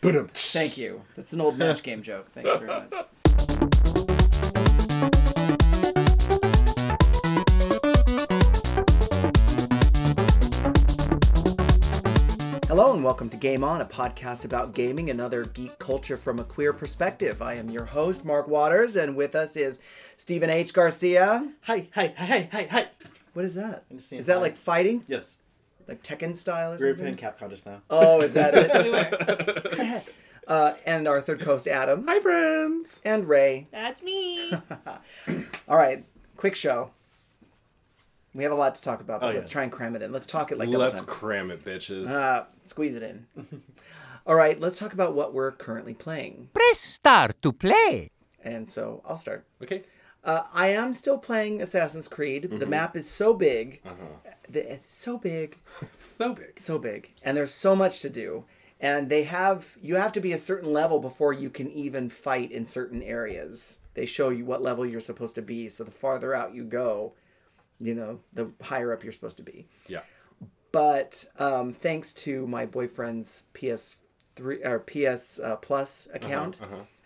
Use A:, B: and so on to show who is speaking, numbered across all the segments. A: Boom.
B: Thank you. That's an old match game joke. Thank you very much. Hello and welcome to Game On, a podcast about gaming and other geek culture from a queer perspective. I am your host, Mark Waters, and with us is Stephen H. Garcia.
C: Hi, hi, hi, hi, hi, hi.
B: What is that?
C: just saying
B: Is that
C: hi.
B: like fighting?
C: Yes.
B: Like Tekken style or
C: We were
B: something?
C: playing Capcom just now.
B: Oh, is that it? Uh, and our third co-host, Adam.
A: Hi, friends.
B: And Ray.
D: That's me.
B: All right, quick show. We have a lot to talk about, but
C: Oh,
B: let's
C: yes.
B: try and cram it in. Let's talk it like double
A: Let's
B: time.
A: cram it, bitches.
B: Uh, squeeze it in. All right, let's talk about what we're currently playing.
E: Press star to play.
B: And so I'll start.
A: okay. Mm-hmm.
B: Uh, I am still playing Assassin's Creed. The map is so big, the, it's so big,
A: Uh-huh. So big.
B: so big, and there's so much to do. And they have you have to be a certain level before you can even fight in certain areas. They show you what level you're supposed to be. So the farther out you go, you know, the higher up you're supposed to be.
A: Yeah.
B: but um, thanks to my boyfriend's PS3 or PS uh, Plus
A: Uh-huh,
B: account,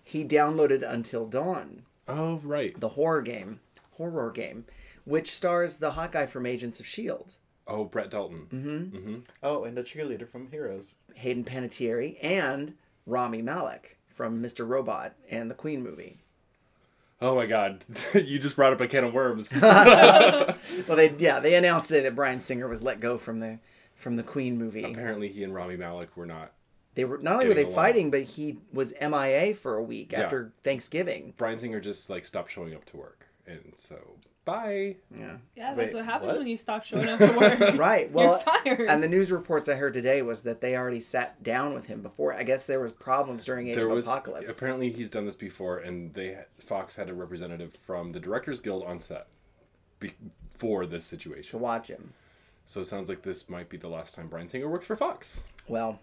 B: he downloaded Until Dawn,
A: Oh, right.
B: the horror game, horror game, which stars the hot guy from Agents of Shield,
A: Oh, Brett Dalton.
C: Oh, and the cheerleader from Heroes.
B: Hayden Panettiere, and Rami Malek from Mr. Robot and the Queen movie.
A: Oh my God, you just brought up a can of worms.
B: Well, they yeah they announced today that Brian Singer was let go from the from the Queen movie.
A: Apparently, he and Rami Malik were not.
B: They were not only were they
A: Getting along.
B: fighting, but he was MIA for a week
A: Yeah.
B: after Thanksgiving.
A: Brian Singer just like stopped showing up to work, and so bye.
B: Yeah.
D: Yeah, that's
C: Wait,
D: what happens
C: what?
D: when you stop showing up to work.
B: Right. Well,
D: fired.
B: and the news reports I heard today was that they already sat down with him before. I guess there was problems during Age
A: There
B: of
A: was
B: Apocalypse.
A: apparently he's done this before, and they Fox had a representative from the Directors Guild on set be- for this
B: to
A: situation.
B: watch him.
A: So it sounds like this might be the last time Brian Singer works for Fox.
B: Well,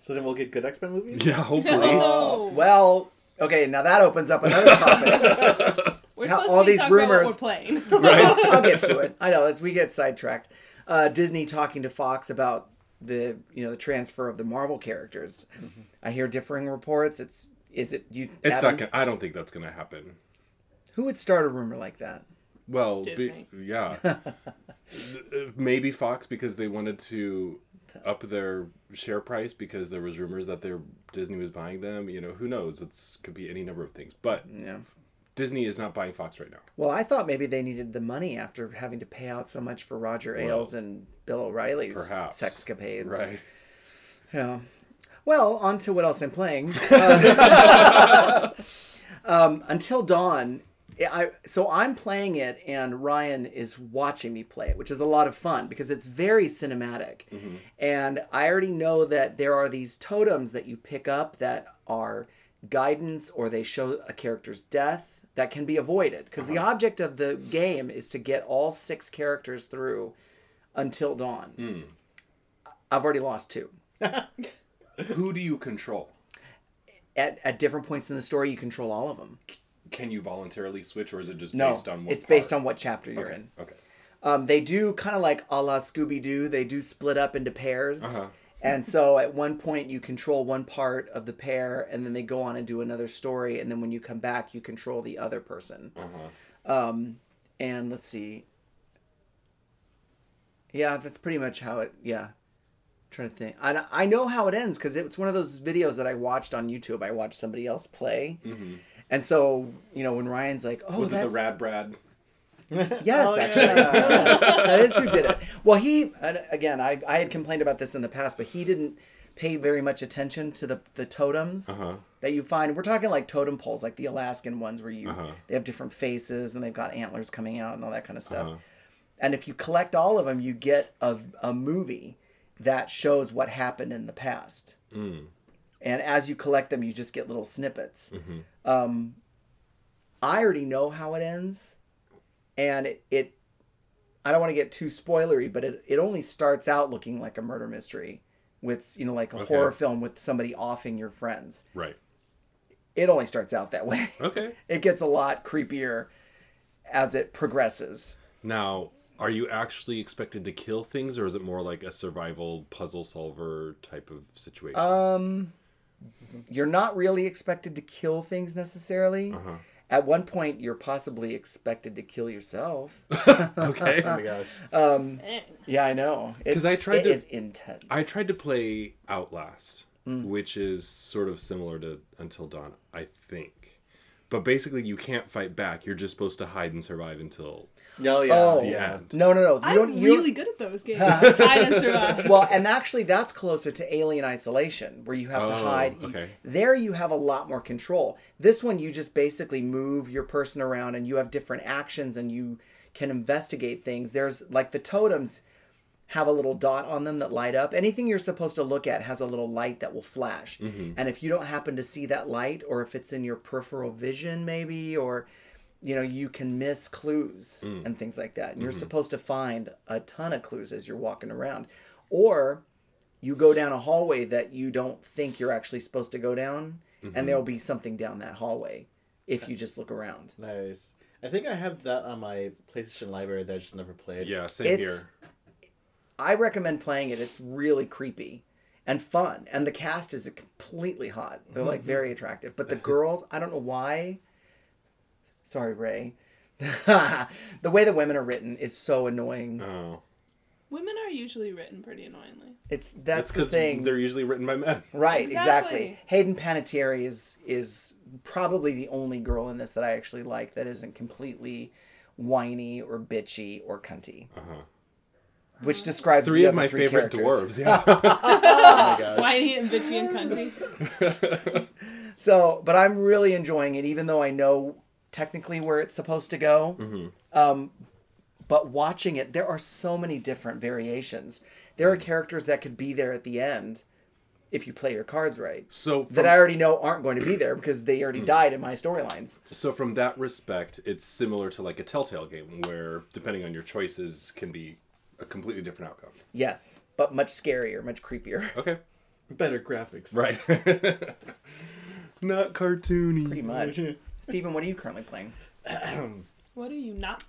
C: So then we'll get good X Men movies?
A: Yeah, hopefully.
D: No.
B: Oh, well, okay. Now that opens up another topic.
D: we're
B: how-
D: supposed
B: all
D: to be
B: these
D: talking about
B: rumors-
D: what we're playing.
B: I'll get to it. I know as we get sidetracked. Uh, Disney talking to Fox about the you know the transfer of the Marvel characters. I hear differing reports. It's is it you?
A: Mm-hmm. It's
B: Adam?
A: not gonna, I don't think that's going to happen.
B: Who would start a rumor like that?
A: Well, be,
D: Disney.
A: yeah. Th- Maybe Fox because they wanted to up their share price because there was rumors that their Disney was buying them. You know, who knows? It's could be any number of things. But
B: Yeah.
A: Disney is not buying Fox right now.
B: Well, I thought maybe they needed the money after having to pay out so much for Roger Ailes and Bill O'Reilly's
A: Perhaps.
B: sexcapades.
A: Right.
B: Yeah. Well, on to what else I'm playing. Uh, um, Until Dawn. yeah, I, so I'm playing it, and Ryan is watching me play it, which is a lot of fun because it's very cinematic. And I already know that there are these totems that you pick up that are guidance or they show a character's death that can be avoided because the object of the game is to get all six characters through until dawn. I've already lost two.
A: Who do you control?
B: at, at different points in the story you control all of them
A: Can you voluntarily switch, or is it just
B: no
A: based on one?
B: it's based
A: part?
B: on what chapter you're in
A: Okay.
B: um, they do kind of like a la scooby-doo they do split up into pairs
A: Uh-huh.
B: and so at one point you control one part of the pair and then they go on and do another story and then when you come back you control the other
A: Uh-huh.
B: person um, and let's see yeah that's pretty much how it yeah trying to think i, I know how it ends because it's one of those videos that i watched on youtube i watched somebody else play and so you know when ryan's like oh
A: Mm-hmm. Was it
B: that's
A: the Oh, Rad Brad?
B: Yes, actually. Yeah, that is who did it. Well, he, and again, I, I had complained about this in the past, but he didn't pay very much attention to the, the totems
A: Uh-huh.
B: that you find. We're talking like totem poles, like the Alaskan ones where you they have different faces and they've got antlers coming out and all that kind of stuff. And if you collect all of them, you get a, a movie that shows what happened in the past. And as you collect them, you just get little snippets. Um, I already know how it ends and it, it I don't want to get too spoilery, but it, it only starts out looking like a murder mystery with you know like a horror film with somebody offing your friends.
A: Right.
B: It only starts out that way.
A: Okay.
B: It gets a lot creepier as it progresses.
A: Now, are you actually expected to kill things, or is it more like a survival puzzle solver type of situation?
B: you're not really expected to kill things necessarily.
A: Uh-huh.
B: At one point, you're possibly expected to kill yourself.
A: Okay.
C: Oh my gosh.
D: Eh,
B: yeah, I know. Because
A: I tried
B: it
A: to-
B: is intense.
A: I tried to play Outlast,
B: Mm.
A: which is sort of similar to Until Dawn, I think. But basically, you can't fight back. You're just supposed to hide and survive until
C: Oh yeah.
B: Oh.
A: the
C: yeah.
A: end.
B: no, no, no. You
D: I'm
B: don't you don't-
D: really good at those games. Hide and survive.
B: well, and actually, that's closer to Alien Isolation, where you have to
A: Oh,
B: hide. e-,
A: okay.
B: There, you have a lot more control. This one, you just basically move your person around, and you have different actions, and you can investigate things. There's like the totems have a little dot on them that light up. Anything you're supposed to look at has a little light that will flash.
A: Mm-hmm.
B: And if you don't happen to see that light, or if it's in your peripheral vision, maybe, or you know, you can miss clues
A: Mm.
B: and things like that. And
A: Mm-hmm.
B: you're supposed to find a ton of clues as you're walking around. Or you go down a hallway that you don't think you're actually supposed to go down, and there'll be something down that hallway if you just look around.
C: Nice. I think I have that on my PlayStation library that I just never played.
A: Yeah, same
B: It's-
A: here.
B: I recommend playing it. It's really creepy and fun. And the cast is completely hot. They're like very attractive. But the girls, I don't know why. Sorry, Ray. the way the women are written is so annoying.
A: Oh.
D: Women are usually written pretty annoyingly.
B: It's that's
A: That's
B: the
A: because
B: thing.
A: they're usually written by men.
B: Right, exactly.
D: Exactly.
B: Hayden Panettiere is is probably the only girl in this that I actually like that isn't completely whiny or bitchy or cunty. Which describes
A: Uh-huh. Three
B: the
A: of
B: other
A: my
B: three
A: favorite
B: characters.
A: dwarves. Yeah.
C: Oh my
B: Uh,
C: gosh.
D: Whiny and bitchy and cunty.
B: So, but I'm really enjoying it, even though I know technically where it's supposed to go.
A: Mm-hmm.
B: Um, but watching it, there are so many different variations. There
A: Mm.
B: are characters that could be there at the end if you play your cards right.
A: so from, Hmm.
B: That I already know aren't going to be there because they already died in my storylines.
A: so from that respect, it's similar to like a Telltale game where depending on your choices can be a completely different outcome.
B: Yes, but much scarier, much creepier,
A: Okay.
C: Better graphics.
A: Right. Not
C: Mm-hmm.
A: cartoony.
B: pretty much. Steven, what are you currently playing?
D: What are you not?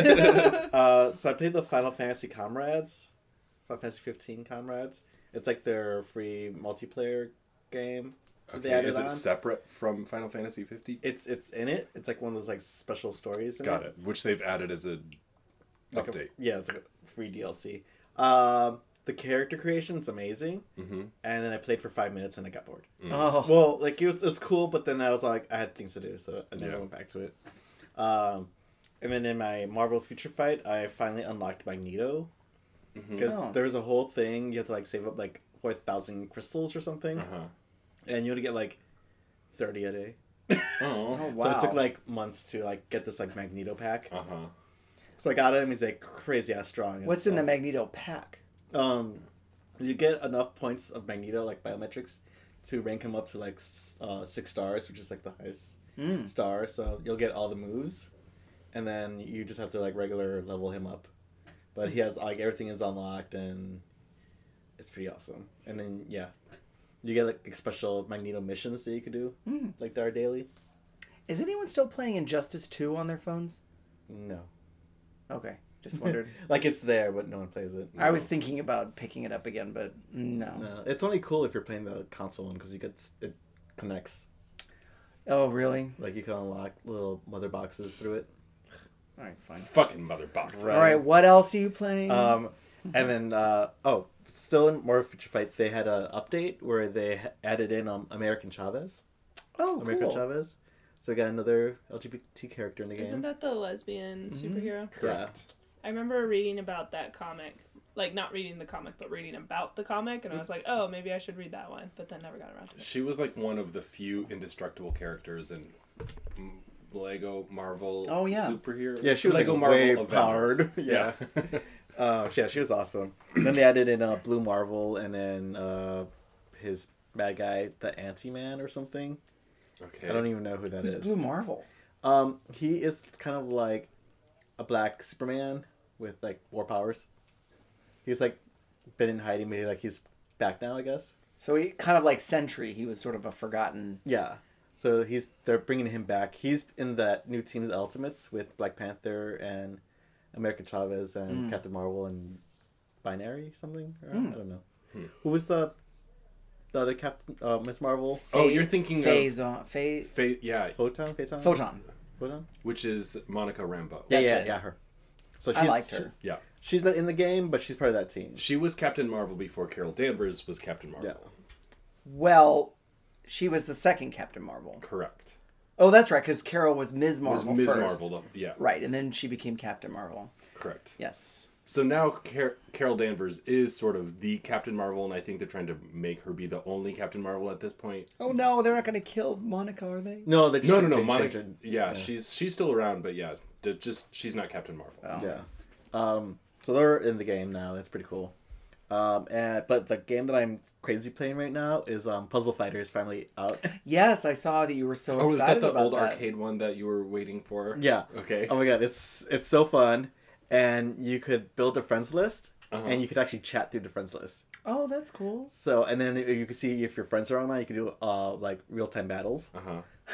C: Uh, so I played the Final Fantasy Comrades, Final Fantasy 15 Comrades. It's like their free multiplayer game. that they
A: Okay,
C: added
A: is it
C: on.
A: separate from Final Fantasy 50?
C: it's it's in it. It's like one of those like special stories. In
A: Got it. Which they've added as a
C: Like a-
A: update.
C: yeah, it's like a free DLC. Um, the character creation is amazing. Mm-hmm. And then I played for five minutes and I got bored.
A: Mm.
B: Oh,
C: Well, like it was, it was cool, but then I was like, I had things to do, so I never
A: Yeah.
C: went back to it. Um, and then in my Marvel Future Fight, I finally unlocked Magneto
A: Mm-hmm.
C: because
B: Oh.
C: there was a whole thing you have to like save up like four thousand crystals or something,
A: Uh-huh.
C: and you had to get like thirty a day.
A: Oh.
B: oh wow.
C: So it took like months to like get this like Magneto pack.
A: Uh-huh.
C: So I got him. He's like crazy ass strong. and
B: What's in the
C: awesome.
B: Magneto pack?
C: Um, you get enough points of Magneto, like biometrics, to rank him up to like s- uh, six stars, which is like the highest star. So you'll get all the moves, and then you just have to like regular level him up. But he has like everything is unlocked, and it's pretty awesome. And then yeah, you get like special Magneto missions that you could do, like there are daily.
B: Is anyone still playing Injustice 2 on their phones?
C: No,
B: Okay, just wondered.
C: like it's there, but no one plays it.
B: I was thinking about picking it up again, but no.
C: No, it's only cool if you're playing the console one because you get s- it connects.
B: Oh, really?
C: Like you can unlock little mother boxes through it.
B: All right, fine.
A: Fucking mother boxes.
B: All right, what else are you playing?
C: Um,
B: Mm-hmm.
C: and then uh, oh, still in Marvel Future Fight, they had a update where they ha- added in um, American Chavez,
B: oh,
C: American
B: cool.
C: Chavez. So we got another LGBT character in the game.
D: Isn't that the lesbian
B: Mm-hmm.
D: superhero?
C: correct?
D: I remember reading about that comic, like not reading the comic, but reading about the comic, and I was like, oh, maybe I should read that one, but then never got around to it.
A: She was like one of the few indestructible characters in M- Lego Marvel
B: Oh, yeah.
A: superhero.
C: Yeah, she was,
A: Lego
C: like,
A: Marvel
C: way
A: Avengers.
C: powered. Yeah. Yeah. Uh, yeah, she was awesome. then they added in uh, Blue Marvel, and then uh, his bad guy, the Anti Man or something.
A: okay.
C: I don't even know who that is.
B: Who's Blue Marvel?
C: Um, he is kind of like a black Superman with like war powers. He's like been in hiding, maybe like he's back now, I guess.
B: So he kind of like Sentry, he was sort of a forgotten.
C: Yeah. So he's they're bringing him back. He's in that new team, the Ultimates, with Black Panther and America Chavez
B: Hmm.
C: and Captain Marvel and Binary something. Or, I don't know. Who was the the other Captain uh, Miss Marvel
A: Oh, you're thinking of
B: Phason. Phase.
A: Fa- yeah,
C: photon photon
B: Photon.
C: photon.
A: which is Monica Rambo.
C: Yeah,
B: That's
C: yeah,
B: it.
C: yeah. Her. So
B: I
C: she's,
B: liked her.
C: She's,
A: Yeah.
C: she's not in the game, but she's part of that team.
A: She was Captain Marvel before Carol Danvers was Captain Marvel.
C: Yeah.
B: Well, she was the second Captain Marvel.
A: Correct.
B: Oh, that's right, because Carol was Ms.
A: Was
B: Marvel
A: Ms.
B: first.
A: Marvel. though. Yeah.
B: Right, and then she became Captain Marvel.
A: Correct.
B: Yes.
A: So now Car- Carol Danvers is sort of the Captain Marvel, and I think they're trying to make her be the only Captain Marvel at this point.
B: Oh no, they're not going to kill Monica, are they?
C: No, they just
A: No, no, no.
C: change-
A: Monica.
C: change it.
A: Yeah, she's she's still around, but yeah, they're just she's not Captain Marvel.
C: Yeah. Um, so they're in the game now. That's pretty cool. Um, and but the game that I'm crazy playing right now is um, Puzzle Fighters finally out.
B: Yes, I saw that you were so
A: Oh, is
B: excited
A: that the
B: about
A: old
B: that.
A: arcade one that you were waiting for?
C: Yeah.
A: Okay.
C: Oh my god, it's it's so fun, and you could build a friends list,
A: Uh-huh.
C: and you could actually chat through the friends list.
B: Oh, that's cool.
C: So and then you can see if your friends are online. You can do uh like real time battles
A: Uh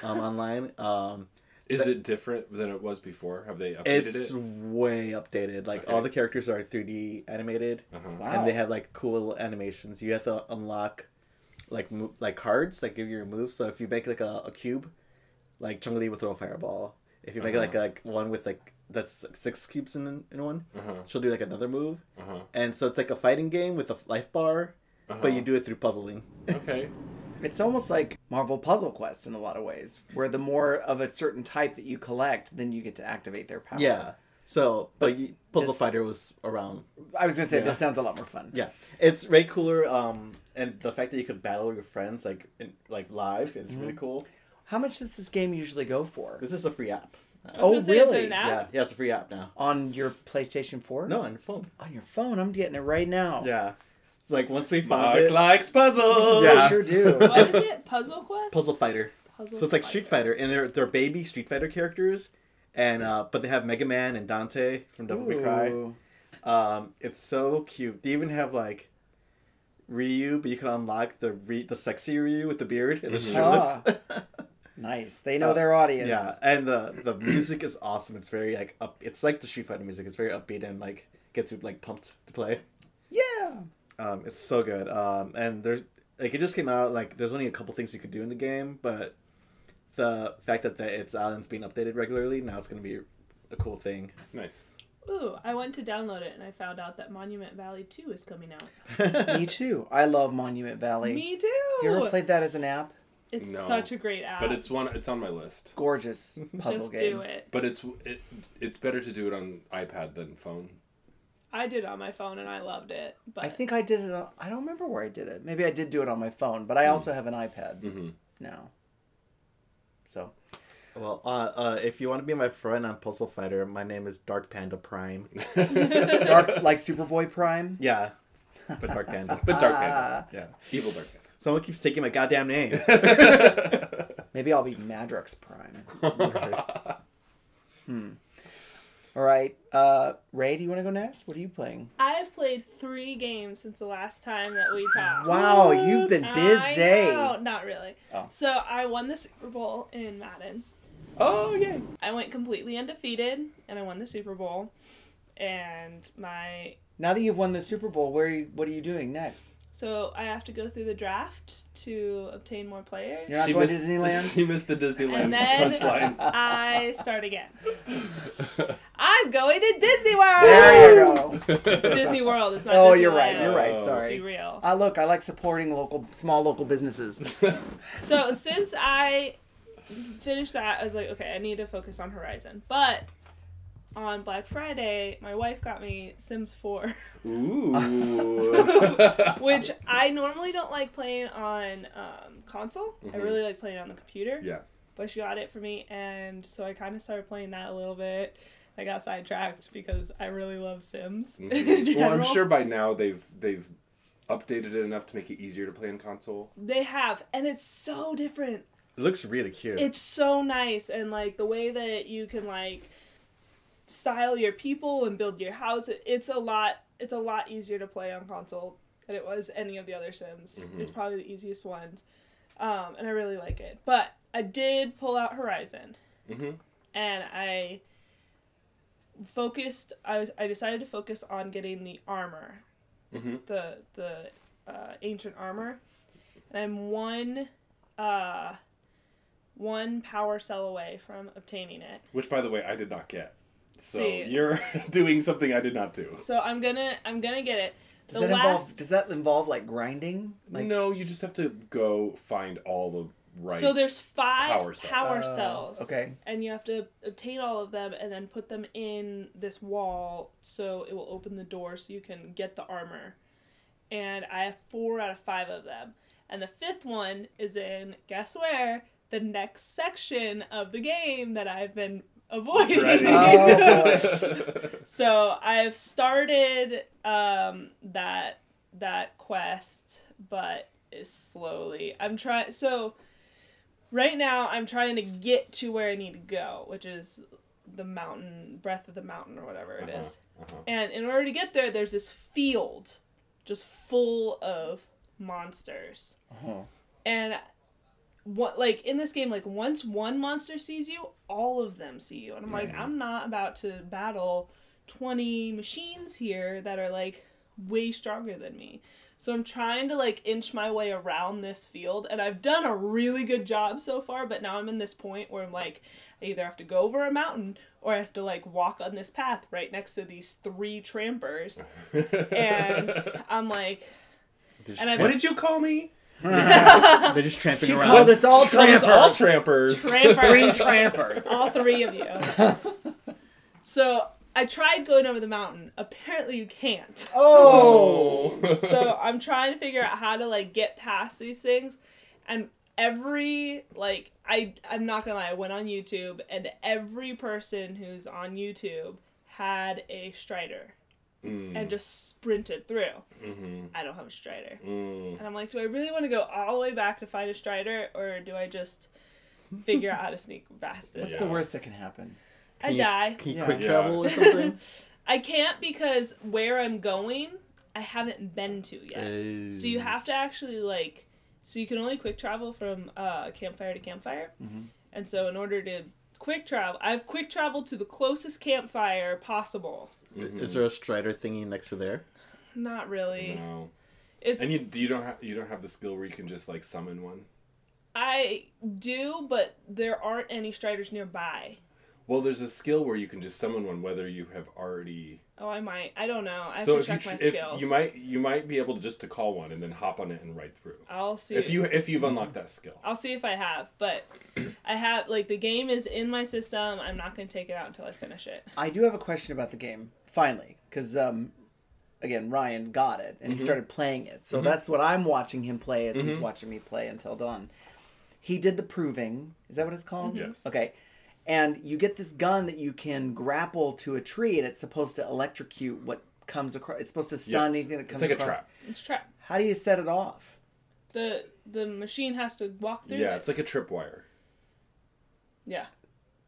A: huh.
C: um online. Um,
A: Is it different than it was before? Have they updated
C: it's
A: it?
C: way updated. Like
A: Okay.
C: all the characters are 3D animated,
A: Uh-huh.
B: Wow.
C: and they have like cool little animations. You have to unlock like mo- like cards that give you your moves. So if you make like a, a cube, like Chung Li would throw a fireball. If you make like like one with like that's like, six cubes in in one,
A: Uh-huh.
C: she'll do like another move.
A: Uh-huh.
C: And so it's like a fighting game with a life bar,
A: Uh-huh.
C: but you do it through puzzling.
A: Okay.
B: It's almost like Marvel Puzzle Quest in a lot of ways, where the more of a certain type that you collect, then you get to activate their power.
C: Yeah. So, but, you, Puzzle
B: this-
C: Fighter was around
B: I was going to say,
C: Yeah.
B: this sounds a lot more fun.
C: Yeah, it's way cooler. Um, and the fact that you could battle your friends like in, like live is
A: Mm-hmm.
C: really cool.
B: How much does this game usually go for?
C: This is a free app.
D: I was
B: Oh,
D: gonna say, is it
B: really?
D: an app?
C: Yeah, yeah, it's a free app now.
B: On your PlayStation 4?
C: No, on your phone.
B: On your phone. I'm getting it right now.
C: Yeah, it's like once we found
A: Mark
C: it,
A: likes puzzles.
B: I
C: Yeah.
B: sure do.
D: What is it? Puzzle Quest?
C: Puzzle Fighter.
D: Puzzle
C: so it's like Street Fighter, and they're they're baby Street Fighter characters, and uh, but they have Mega Man and Dante from Devil May Cry.
B: Ooh.
C: Um, it's so cute. They even have like. Ryu, but you can unlock the re- the sexy Ryu with the beard and the shirtless.
B: Nice. They know their audience.
C: Yeah, and the the music is awesome. It's very like up. It's like the Street Fighter music. It's very upbeat and like gets you like pumped to play.
B: Yeah.
C: Um, it's so good. Um, and there's like it just came out. Like there's only a couple things you could do in the game, but the fact that, that it's out and it's being updated regularly now, it's gonna be a cool thing.
A: Nice.
D: Ooh, I went to download it and I found out that Monument Valley 2 is coming out.
B: Me too. I love Monument Valley.
D: Me too!
B: You ever played that as an app?
D: It's
A: No.
D: such a great app.
A: But it's one. It's on my list.
B: Gorgeous puzzle
D: Just
B: game.
D: do it.
A: But it's it, it's better to do it on iPad than phone.
D: I did it on my phone and I loved it. But
B: I think I did it. On, I don't remember where I did it. Maybe I did do it on my phone, but I also have an iPad
A: Mm. Mm-hmm.
B: now. So
C: Well, uh, uh, if you want to be my friend on Puzzle Fighter, my name is Dark Panda Prime.
B: dark, like Superboy Prime.
C: yeah, but Dark Panda.
A: But Dark Panda,
C: yeah,
A: evil Dark Panda.
C: someone keeps taking my goddamn name.
B: Maybe I'll be Madrox Prime. hmm. All right, uh, Ray. Do you want to go next? What are you playing?
D: I've played three games since the last time that we talked.
B: Wow, you've been
D: I know,
B: busy.
D: Not really.
B: Oh.
D: So I won the Super Bowl in Madden.
A: Oh yeah.
D: I went completely undefeated and I won the Super Bowl. And my
B: Now that you've won the Super Bowl, where are you, what are you doing next?
D: so I have to go through the draft to obtain more players.
B: You're not going to Disneyland.
A: She missed the Disneyland
D: And then-
A: punchline.
D: I start again. I'm going to Disney World.
B: There you go.
D: It's Disney World. It's not.
B: Oh,
D: Disneyland.
B: you're right. You're right.
A: Oh.
D: Let's be
B: Sorry. Uh,
D: real.
B: I look. I like supporting local, small local businesses.
D: So since I finished that, I was like, okay, I need to focus on Horizon. But on Black Friday, my wife got me Sims 4,
A: Ooh.
D: which I normally don't like playing on um, console. I
B: Mm-hmm.
A: Mhm.
D: really like playing on the computer.
A: yeah.
D: But she got it for me, and so I kind of started playing that a little bit. I got sidetracked because I really love Sims. in
A: Mhm. Well, I'm
D: general.
A: sure by now they've they've updated it enough to make it easier to play on console.
D: they have, and it's so different.
C: It looks really cute.
D: it's so nice and like the way that you can like style your people and build your house it- it's a lot it's a lot easier to play on console than it was any of the other sims
A: Mm-hmm.
D: it's probably the easiest one um, and i really like it but i did pull out horizon
A: Mhm.
D: and i focused I, was, I decided to focus on getting the armor
A: Mhm.
D: the the uh, ancient armor and I'm one, uh, one power cell away from obtaining it.
A: Which, by the way, I did not get. So
D: See.
A: you're doing something I did not do.
D: So I'm gonna I'm gonna get it.
B: Does that involve? Does that involve like grinding? Like
A: no, you just have to go find all the right.
D: So there's five
A: Power
D: power,
A: cells.
B: Oh,
D: cells.
B: okay.
D: And you have to obtain all of them and then put them in this wall so it will open the door so you can get the armor. And I have four out of five of them. And the fifth one is in, guess where? The next section of the game that I've been avoiding.
A: Dreading.
B: Oh,
D: So I've started um, that that quest, but is slowly. I'm trying. So right now, I'm trying to get to where I need to go, which is the mountain, breath of the mountain, or whatever it is. And in order to get there, there's this field, just full of monsters.
B: Uh-huh.
D: And what like in this game like once one monster sees you all of them see you and i'm like i'm not about to battle 20 machines here that are like way stronger than me so i'm trying to like inch my way around this field and i've done a really good job so far but now i'm in this point where i'm like i either have to go over a mountain or i have to like walk on this path right next to these three trampers and i'm like
A: There's
D: and I've-
A: what did you call me?
C: They're just tramping
B: she
C: around.
B: called us all
A: Trampers.
B: trampers.
A: All trampers.
B: Three
D: tramper
B: trampers.
D: all three of you. So I tried going over the mountain. Apparently, you can't.
B: Oh.
D: So I'm trying to figure out how to like get past these things, and every like I I'm not gonna lie, I went on YouTube, and every person who's on YouTube had a strider
A: Mm-hmm,
D: and just sprinted through.
A: Mhm.
D: I don't have a strider.
A: Mm.
D: And I'm like, do I really want to go all the way back to find a strider, or do I just figure out how to sneak past it?
B: What's
A: Yeah.
B: the worst that can happen?
D: I die.
C: Can you
B: Yeah.
C: quick
A: Yeah.
C: travel or something?
D: I can't because where I'm going, I haven't been to yet. So you have to actually like, so you can only quick travel from uh, campfire to campfire,
A: Mm-hmm.
D: and so in order to quick travel, I've quick traveled to the closest campfire possible.
C: Is there a Strider thingy next to there?
D: Not really.
A: No.
D: It's
A: And you do you don't have you don't have the skill where you can just like summon one.
D: I do, but there aren't any striders nearby.
A: Well, there's a skill where you can just summon one whether you have already.
D: Oh, I might. I don't know. I have
A: so
D: to
A: if you
D: check
A: tr-
D: my
A: if
D: skills.
A: you might you might be able to just to call one and then hop on it and right through.
D: I'll see.
A: If you if you've unlocked that skill.
D: Uh, I'll see if I have, but I have like the game is in my system. I'm not gonna take it out until I finish it.
B: I do have a question about the game, finally, because um, again, Ryan got it and
A: Mm-hmm.
B: he started playing it. So that's what I'm watching him play as he's watching me play until dawn. He did the proving. Is that what it's called?
A: Yes.
B: Okay. And you get this gun that you can grapple to a tree, and it's supposed to electrocute what comes across. It's supposed to stun
A: Yes.
B: anything that
A: It's
B: comes
A: like a
B: across.
A: trap.
D: It's trap.
B: How do you set it off?
D: The the machine has to walk through.
A: Yeah,
D: it.
A: it's like a tripwire.
D: yeah.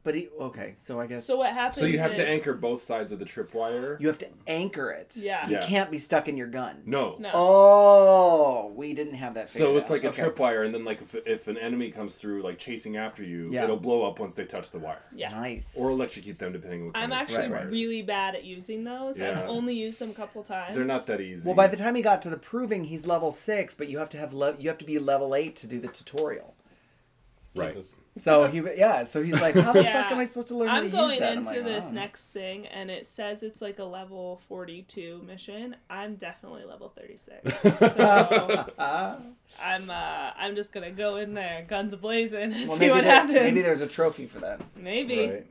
B: But he, okay, so I guess
D: So uh, what happens?
A: So you have to
D: is-
A: anchor both sides of the tripwire.
B: you have to anchor it.
D: Yeah.
B: You
A: Yeah.
B: can't be stuck in your gun.
A: No.
D: No.
B: Oh, we didn't have that.
A: So
B: figured
A: it's
B: out.
A: like a
B: Okay.
A: tripwire, and then like if, if an enemy comes through, like chasing after you,
B: Yeah.
A: it'll blow up once they touch the wire,
D: Yeah.
B: Nice.
A: or electrocute them depending on what kind
D: I'm
A: of
D: actually
A: tripwire it is.
D: really bad at using those.
A: Yeah.
D: I've only used them a couple times.
A: They're not that easy.
B: Well, by the time he got to the proving, he's level six, but you have to have le- you have to be level eight to do the tutorial.
A: right.
C: Jesus.
B: So he, yeah, so he's like, how the
D: Yeah.
B: fuck am I supposed to learn how to
D: I'm going
B: use that?
D: into
B: I'm like,
D: this
B: "Oh."
D: next thing, and it says it's like a level 42 mission. I'm definitely level 36, so I'm uh, I'm just gonna go in there, guns blazing, and
B: Well,
D: see
B: maybe
D: what
B: there-
D: happens.
B: Maybe there's a trophy for that.
D: Maybe.
C: Right.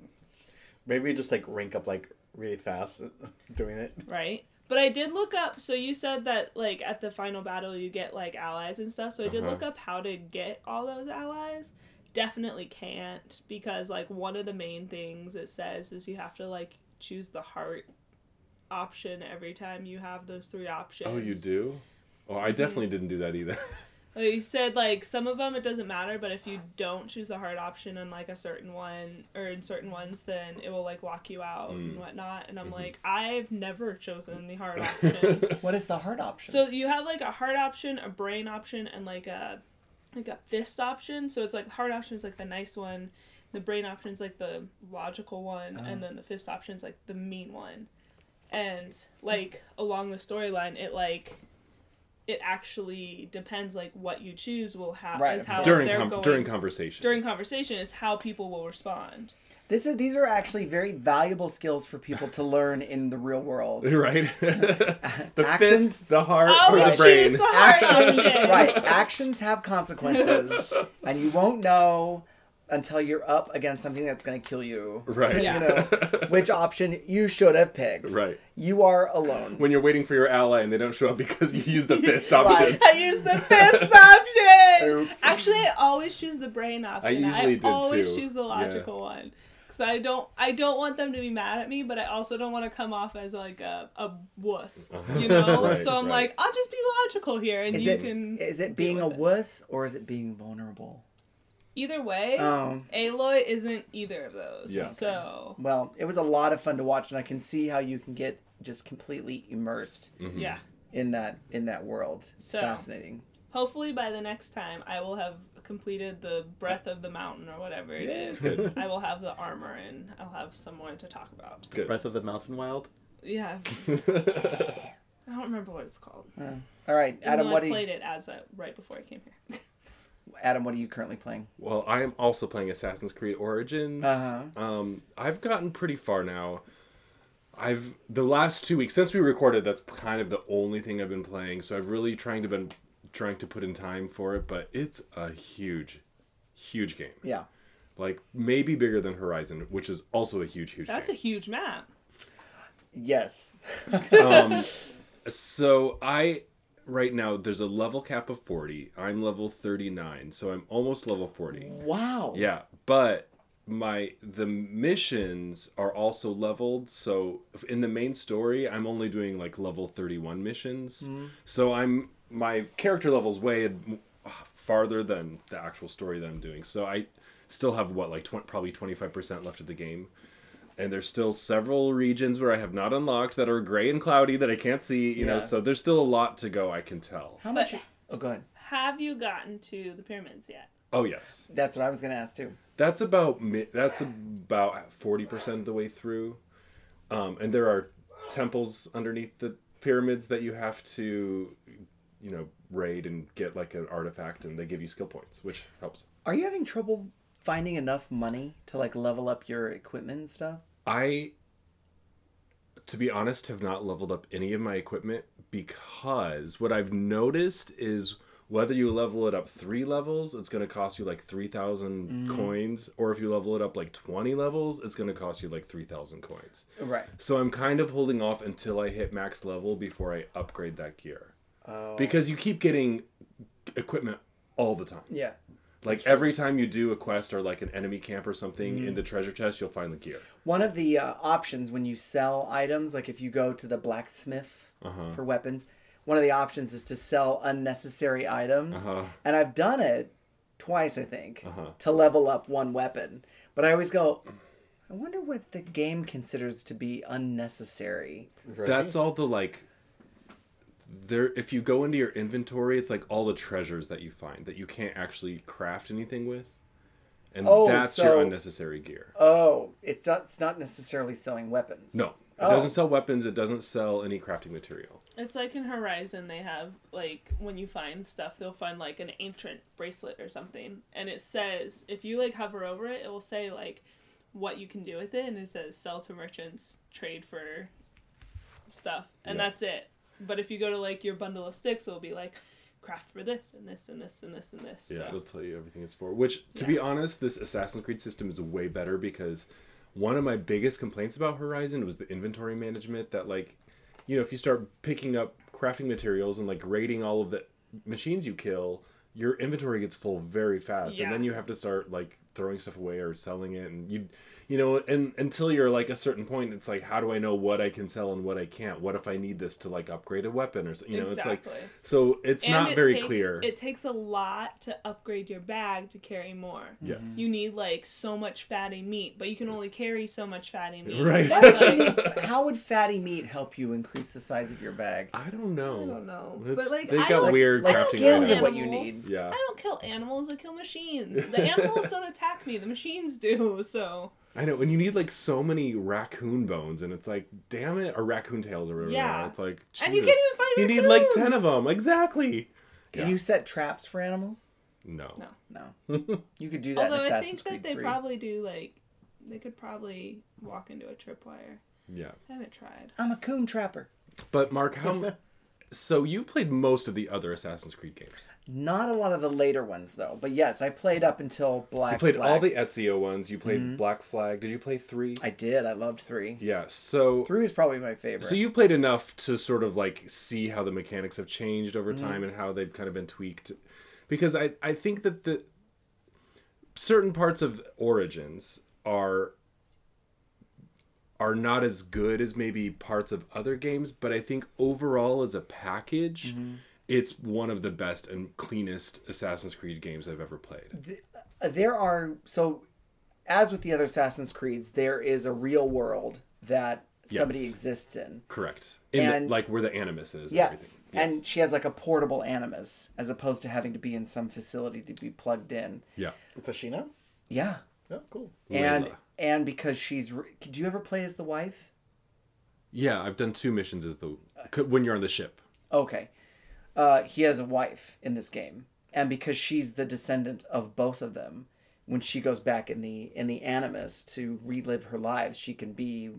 C: Maybe just like rank up like really fast doing it.
D: right? But I did look up. So you said that like at the final battle you get like allies and stuff. So I did
A: Uh-huh.
D: look up how to get all those allies. Definitely can't because like one of the main things it says is you have to like choose the heart option every time you have those three options.
A: Oh, you do? Oh, I definitely didn't do that either.
D: Like, you said like some of them it doesn't matter, but if you don't choose the heart option on like a certain one or in certain ones, then it will like lock you out
A: Mm.
D: and whatnot. And I'm
A: Mm-hmm.
D: like, I've never chosen the heart option.
B: What is the heart option?
D: So you have like a heart option, a brain option, and like a like a fist option. So it's like heart option is like the nice one, the brain option is like the logical one,
A: Uh-huh.
D: and then the fist option is like the mean one. And like along the storyline, it like it actually depends like what you choose will have
B: Right,
D: is
B: of
D: how
B: course.
A: during
D: they're
A: com-
D: going
A: during conversation.
D: during conversation is how people will respond.
B: This is these are actually very valuable skills for people to learn in the real world.
A: right. the
B: Actions-
A: fist, the heart,
D: Oh,
A: or
D: we
A: the
D: choose
A: brain.
D: the hard
B: Actions,
D: option.
B: right? Actions have consequences, and you won't know until you're up against something that's going to kill you.
A: Right.
B: You know which option you should have picked.
A: Right.
B: You are alone.
A: When you're waiting for your ally and they don't show up because you used the fist option.
B: Right.
D: I use the fist option.
B: Oops.
D: Actually, I always choose the brain option. I,
A: usually do
D: always
A: too.
D: choose the logical one because I don't I don't want them to be mad at me, but I also don't want to come off as like a, a wuss, you know.
A: Uh-huh. Right,
D: so I'm
A: right.
D: like, I'll just be logical here, and
B: Is
D: you
B: it
D: can.
B: is it
D: deal
B: being a
D: with it.
B: wuss or is it being vulnerable?
D: Either way,
B: Um,
D: Aloy isn't either of those.
A: Yeah.
D: So
B: well, it was a lot of fun to watch, and I can see how you can get just completely immersed
A: Mm-hmm.
D: yeah.
B: in that in that world. It's
D: So-
B: fascinating.
D: Hopefully by the next time, I will have completed the breath of the mountain or whatever it is.
A: Good.
D: I will have the armor and I'll have someone to talk about.
A: Good.
C: Breath of the Mountain Wild.
D: Yeah, I don't remember what it's called.
B: All right, Adam.
D: Even though
B: What
D: I
B: do you,
D: played it as a, right before I came here.
B: Adam? What are you currently playing?
A: Well, I am also playing Assassin's Creed Origins.
B: Uh-huh.
A: Um, I've gotten pretty far now. I've the last two weeks since we recorded. That's kind of the only thing I've been playing. So I've really trying to been trying to put in time for it, but it's a huge, huge game.
B: Yeah.
A: Like maybe bigger than Horizon, which is also a huge, huge.
D: That's a
A: game.
D: huge map.
B: Yes.
A: So I right now there's a level cap of forty. I'm level thirty nine, so I'm almost level forty.
B: Wow.
A: Yeah, but my the missions are also leveled. So in the main story, I'm only doing like level 31 missions. So I'm my character level's way ad- uh, farther than the actual story that I'm doing. So I still have what like 20, probably 25% left of the game. And there's still several regions where I have not unlocked that are gray and cloudy that I can't see, you know.
B: Yeah.
A: So there's still a lot to go, I can tell.
B: How much?
D: But-
B: Oh, go ahead.
D: Have you gotten to the pyramids yet?
A: Oh yes.
B: That's what I was gonna ask too.
A: that's about mi- that's about 40% of the way through um, and there are temples underneath the pyramids that you have to you know raid and get like an artifact and they give you skill points which helps
B: Are you having trouble finding enough money to like level up your equipment and stuff?
A: i to be honest have not leveled up any of my equipment because what i've noticed is whether you level it up three levels it's going to cost you like 3000 coins or if you level it up like 20 levels it's going to cost you like 3000 coins
B: Right.
A: So I'm kind of holding off until I hit max level before I upgrade that gear.
B: Oh.
A: Because you keep getting equipment all the time.
B: Yeah.
A: like every time you do a quest or like an enemy camp or something
B: Mm.
A: in the treasure chest, you'll find the gear.
B: One of the uh, options when you sell items, like if you go to the blacksmith
A: Uh-huh.
B: for weapons, one of the options is to sell unnecessary items.
A: Uh-huh.
B: And I've done it twice, I think, to level up one weapon. But I always go, I wonder what the game considers to be unnecessary.
A: That's all the like there if you go into your inventory, it's like all the treasures that you find that you can't actually craft anything with. And
B: Oh,
A: that's
B: so-
A: your unnecessary gear.
B: Oh, it's not, it's not necessarily selling weapons.
A: No. It
B: Oh.
A: doesn't sell weapons, it doesn't sell any crafting material.
D: It's like in Horizon, they have like when you find stuff, they'll find like an ancient bracelet or something, and it says if you like hover over it, it will say like what you can do with it, and it says sell to merchants, trade for stuff, and
A: Yeah.
D: that's it. But if you go to like your bundle of sticks, it'll be like craft for this and this and this and this and this.
A: Yeah, it'll
D: So.
A: tell you everything it's for. Which, to be honest, this Assassin's Creed system is way better because one of my biggest complaints about Horizon was the inventory management. That like, you know, if you start picking up crafting materials and like raiding all of the machines you kill, your inventory gets full very fast, and then
D: Yeah.
A: you have to start like throwing stuff away or selling it, and you, you know, and until you're like a certain point, it's like, how do I know what I can sell and what I can't? What if I need this to like upgrade a weapon or so- you know, it's like.
D: Exactly.
A: So it's
D: And
A: not
D: it
A: very
D: takes-
A: clear.
D: It takes a lot to upgrade your bag to carry more.
A: yes.
D: You need like so much fatty meat, but you can only carry so much fatty meat.
A: Right.
B: Why would you need, how would fatty meat help you increase the size of your bag?
A: I don't know.
D: I don't know.
A: It's-
D: but like
A: they
D: I
A: got
D: don't,
A: weird
D: I
B: like
D: don't
A: crafting
D: kill
B: skills are what you
D: animals.
B: need.
A: Yeah.
D: I don't kill animals, I kill machines. The animals don't attack me, the machines do, so
A: I know, and you need like so many raccoon bones, and it's like, damn it, or raccoon tails or whatever. they are.
D: Yeah.
A: It's like,
D: And you
A: Jesus.
D: can't even find
A: You need like
D: raccoons.
A: ten of them, exactly.
B: Can
A: Yeah.
B: you set traps for animals?
A: No.
D: No.
B: No. you could do that
D: Although
B: in
D: I
B: Assassin's
D: think
B: Creed
D: that they
B: 3.
D: probably do like they could probably walk into a tripwire.
A: Yeah,
D: I haven't tried.
B: I'm a coon trapper.
A: but Mark, how? so you've played most of the other Assassin's Creed games.
B: Not a lot of the later ones though, but yes, I played up until Black
A: You played
B: Flag. Mm-hmm.
A: all the Ezio ones. You played Black Flag. Did you play three?
B: I did. I loved three.
A: yeah. So
B: Three is probably my favorite.
A: So you played enough to sort of like see how the mechanics have changed over
B: Mm-hmm.
A: time and how they've kind of been tweaked, because I I think that the certain parts of Origins are are not as good as maybe parts of other games, but I think overall as a package.
B: Mm-hmm.
A: It's one of the best and cleanest Assassin's Creed games I've ever played.
B: Uh, there are so as with the other Assassin's Creeds, there is a real world that somebody
A: Yes.
B: exists in.
A: Correct. In the-
B: And-
A: like where the animus is. And
B: Yes.
A: everything. Yes.
B: And she has like a portable animus as opposed to having to be in some facility to be plugged in.
A: yeah.
C: It's a Shino?
B: Yeah.
C: Oh, cool.
B: And
A: Layla.
B: and because she's re- do you ever play as the wife?
A: Yeah, I've done two missions as the
B: Uh,
A: when you're on the ship.
B: Okay. Uh, he has a wife in this game, and because she's the descendant of both of them, when she goes back in the in the Animus to relive her lives, she can be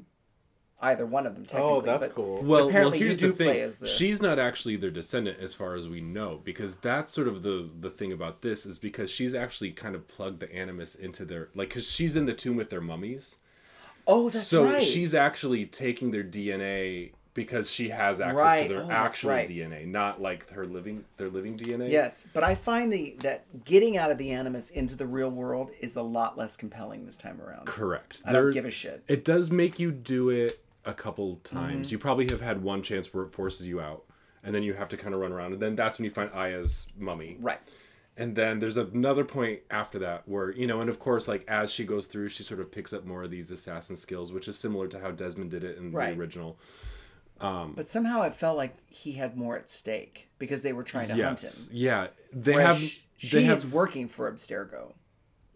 B: either one of them. Technically,
C: Oh, that's
B: but-
C: cool.
A: Well,
B: apparently
A: well, here's
B: you
A: the
B: do play
A: thing:
B: as the-
A: she's not actually their descendant, as far as we know, because that's sort of the the thing about this is because she's actually kind of plugged the animus into their like because she's in the tomb with their mummies,
B: Oh, that's
A: so
B: right.
A: she's actually taking their DNA because she has access
B: Right.
A: to their
B: Oh, that's
A: actual
B: right.
A: DNA, not like her living their living DNA.
B: yes, but I find the that getting out of the Animus into the real world is a lot less compelling this time around.
A: correct.
B: I don't give a shit.
A: It does make you do it a couple times.
B: Mm-hmm.
A: You probably have had one chance where it forces you out, and then you have to kind of run around, and then that's when you find Aya's mummy.
B: Right.
A: And then there's another point after that where, you know, and of course, like as she goes through, she sort of picks up more of these assassin skills, which is similar to how Desmond did it in
B: Right.
A: the original.
B: But somehow it felt like he had more at stake because they were trying to hunt
A: Yes.
B: him.
A: Yeah. They
B: Whereas
A: have.
B: sh-
A: they
B: she
A: have.
B: is working for Abstergo.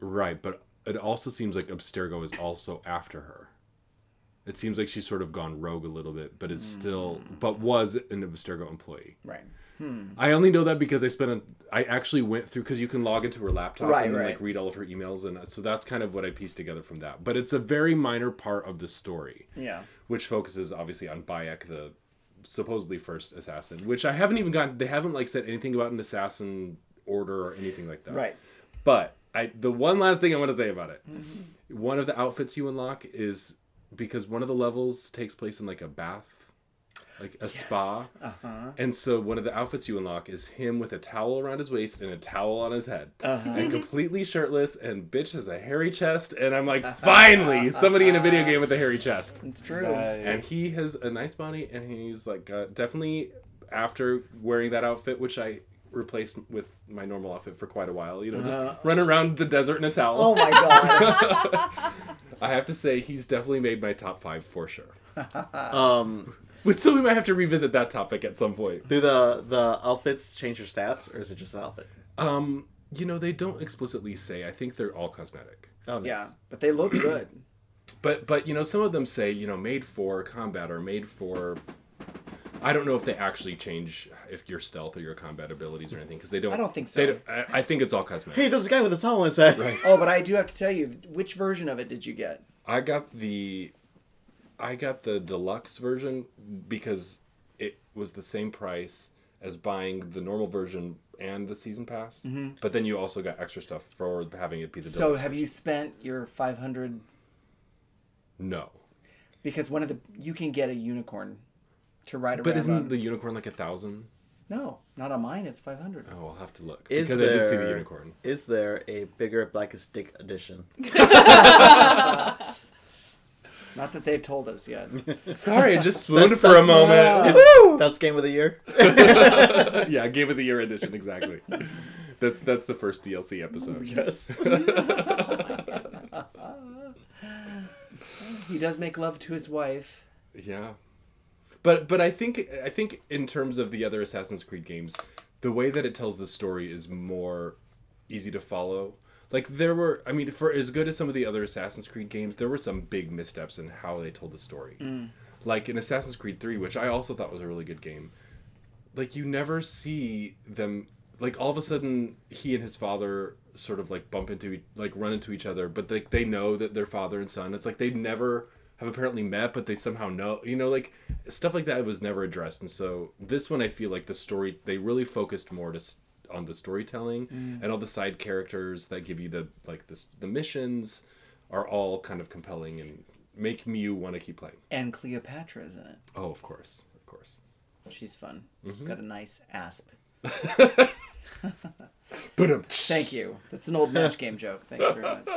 A: Right. But it also seems like Abstergo is also after her. It seems like she's sort of gone rogue a little bit, but is still,
B: Mm.
A: but was an Abstergo employee.
B: Right.
A: I only know that because I spent. A, I actually went through because you can log into her laptop
B: Right,
A: and then,
B: right.
A: like read all of her emails, and uh, so that's kind of what I pieced together from that. But it's a very minor part of the story,
B: Yeah.
A: which focuses obviously on Bayek, the supposedly first assassin, which I haven't even gotten. They haven't like said anything about an assassin order or anything like that.
B: Right.
A: But I the one last thing I want to say about it.
B: Mm-hmm.
A: One of the outfits you unlock is because one of the levels takes place in like a bath, like a spa. Uh-huh. And so one of the outfits you unlock is him with a towel around his waist and a towel on his head. And completely shirtless and bitch has a hairy chest and I'm like finally somebody in a video game with a hairy chest.
B: It's true.
A: And he has a nice body, and he's like uh, definitely after wearing that outfit, which I replaced with my normal outfit for quite a while. You know, just run around the desert in a
B: Oh
A: towel.
B: my god.
A: I have to say, he's definitely made my top five for sure.
C: Um,
A: But so we might have to revisit that topic at some point.
C: do the the outfits change your stats, or is it just an outfit?
A: Um, you know, they don't explicitly say. I think they're all cosmetic.
C: Oh, nice.
B: Yeah, but they look good.
A: But but you know, some of them say you know made for combat or made for. I don't know if they actually change if your stealth or your combat abilities or anything because they don't.
B: I don't think
A: They
B: so.
A: don't, I, I think it's all cosmetic.
C: Hey, there's a guy with a towel on his head.
A: Right.
B: Oh, but I do have to tell you, which version of it did you get?
A: I got the I got the deluxe version because it was the same price as buying the normal version and the season pass. But then you also got extra stuff for having it be the
B: Mm-hmm. So
A: deluxe.
B: have you spent your 500?
A: no.
B: Because one of the you can get a unicorn to ride around.
A: But isn't
B: on.
A: the unicorn like a thousand?
B: no, not on mine. It's 500.
A: Oh, I'll have to look
C: Is
A: because I did see the
C: there-
A: unicorn.
C: Is there a bigger blackest dick edition?
B: Not that they've told us yet.
A: Sorry, I just swooned
C: That's-
A: for a
C: that's-
A: moment.
C: That's game of the year.
A: yeah, Game of the Year edition exactly. that's that's the first DLC episode.
C: yes.
B: Oh he does make love to his wife.
A: Yeah, but but I think I think in terms of the other Assassin's Creed games, the way that it tells the story is more easy to follow. Like there were, I mean, for as good as some of the other Assassin's Creed games, there were some big missteps in how they told the story. Like in Assassin's Creed Three, which I also thought was a really good game. Like you never see them. Like all of a sudden, he and his father sort of like bump into, e- like run into each other, but like they know that they're father and son. It's like they never have apparently met, but they somehow know. You know, like stuff like that was never addressed, and so this one, I feel like the story they really focused more to. s- on the storytelling and all the side characters that give you the like this the missions are all kind of compelling and make me want to keep playing.
B: And Cleopatra is in it.
A: Oh, of course, of course.
B: She's fun. She's
A: Mm-hmm.
B: got a nice asp.
A: Boom.
B: Thank you. That's an old match game joke. Thank you very much.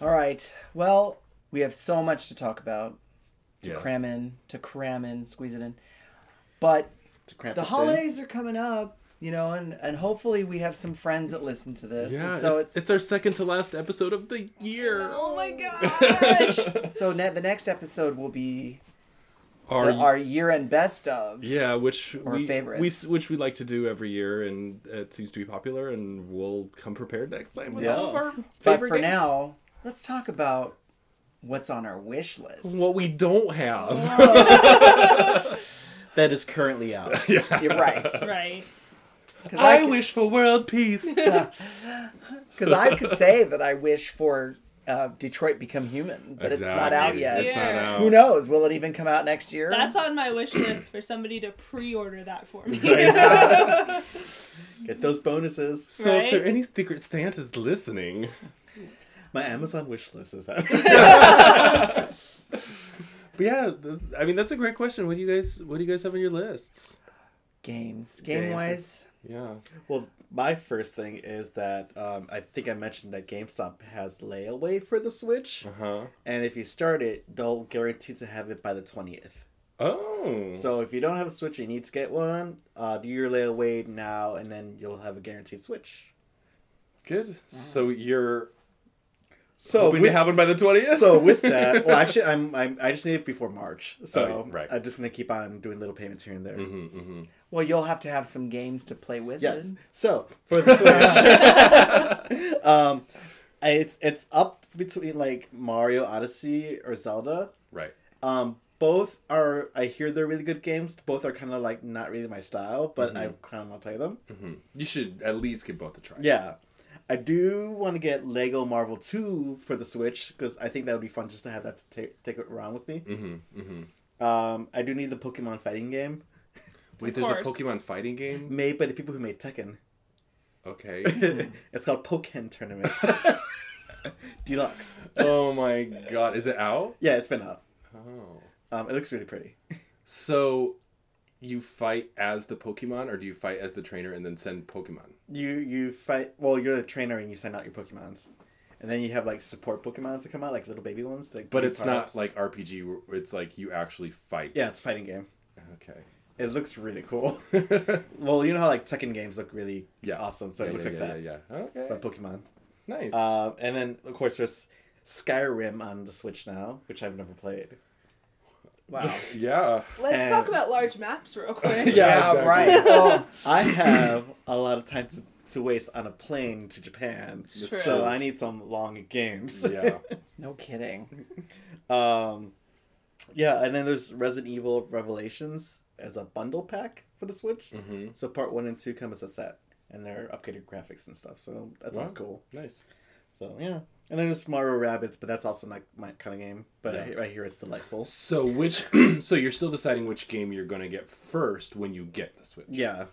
B: All right. Well, we have so much to talk about, cram in, to cram in, squeeze it in. But
C: To cramp
B: the
C: us in.
B: holidays are coming up, you know, and, and hopefully we have some friends that listen to this.
A: Yeah,
B: and so
A: it's,
B: it's,
A: it's our second to last episode of the year.
D: Oh my gosh!
B: so ne- the next episode will be
A: Our,
B: the- our year end best of.
A: yeah, which we,
B: favorites.
A: we s- which we like to do every year, and it seems to be popular. And we'll come prepared next time with all of
C: Yeah.
A: our
B: But for
A: favorite games.
B: now, let's talk about what's on our wish list.
A: what we don't have.
C: that is currently out.
B: You're right.
D: right.
B: Because
A: I,
B: I, could-
A: wish for world peace.
B: 'cause I could say that I wish for uh, Detroit Become Human, but it's not out
A: Exactly.
B: yet.
A: It's not
D: Yeah.
A: out.
B: Who knows? Will it even come out next year?
D: That's on my wish list for somebody to pre-order that for me.
C: Get those bonuses.
A: So if there are
D: Right?
A: any secret Santas listening,
C: My Amazon wish list is out.
A: but yeah, th- I mean that's a great question. What do you guys What do you guys have on your lists?
B: games. Game wise,
A: Yeah.
C: well, my first thing is that um, I think I mentioned that GameStop has layaway for the Switch,
A: Uh huh.
C: and if you start it, they'll guarantee to have it by the twentieth.
A: Oh.
C: So if you don't have a Switch, and you need to get one. Uh, do your layaway now, and then you'll have a guaranteed Switch.
A: Good.
B: Mm-hmm.
A: So you're
C: So
A: hoping
C: with,
A: to have one by the twentieth.
C: so with that, well, actually, I'm, I'm I just need it before March. So
A: Oh, right. Mm-hmm.
C: I'm just gonna keep on doing little payments here and there.
B: well, you'll have to have some games to play with.
C: Yes.
B: it.
C: So for the Switch, um, it's it's up between like Mario Odyssey or Zelda.
A: right.
C: Um, both are I hear they're really good games. Both are kind of like not really my style,
A: Mm-hmm.
C: but I kind of want to play them.
A: You should at least give both a try.
C: Yeah, I do want to get Lego Marvel Two for the Switch because I think that would be fun just to have that to take take it around with me.
A: Mm-hmm, mm-hmm.
C: Um, I do need the Pokemon fighting game
A: Wait,
D: Of
A: there's a
D: course.
A: Pokemon fighting game.
C: made by the people who made Tekken. Mm-hmm.
A: Okay.
C: it's called Pokken Tournament Deluxe.
A: oh my God, is it out?
C: Yeah, it's been out.
A: Oh.
C: Um, it looks really pretty.
A: So, you fight as the Pokemon, or do you fight as the trainer and then send Pokemon?
C: You you fight well. You're a trainer and you send out your Pokemons, and then you have like support Pokemons that come out, like little baby ones. Like
A: But
C: new
A: it's not
C: power-ups.
A: like RPG. where It's like you actually fight.
C: yeah, it's a fighting game.
A: Okay.
C: It looks really cool. well, you know how like Tekken games look really
A: Yeah.
C: awesome, so
A: yeah,
C: it looks
A: yeah,
C: like
A: yeah,
C: that.
A: Yeah, yeah. Okay.
C: But Pokemon.
A: nice.
C: Uh, and then of course there's Skyrim on the Switch now, which I've never played.
B: Wow.
A: yeah.
D: Let's
C: And-
D: talk about large maps real quick.
A: Yeah, exactly.
B: right. Oh,
C: I have a lot of time to, to waste on a plane to Japan,
D: true.
C: so I need some long games.
A: Yeah.
B: no kidding.
C: Um, yeah, and then there's Resident Evil Revelations as a bundle pack for the Switch.
A: Mhm.
C: So part one and two come as a set, and they're upgraded graphics and stuff. So that sounds
A: Wow.
C: cool.
A: Nice.
C: So yeah, and then there's Mario Rabbits, but that's also not my kind of game. But I,
A: Yeah.
C: I hear it's delightful.
A: So which so you're still deciding which game you're gonna get first when you get the Switch.
C: Yeah,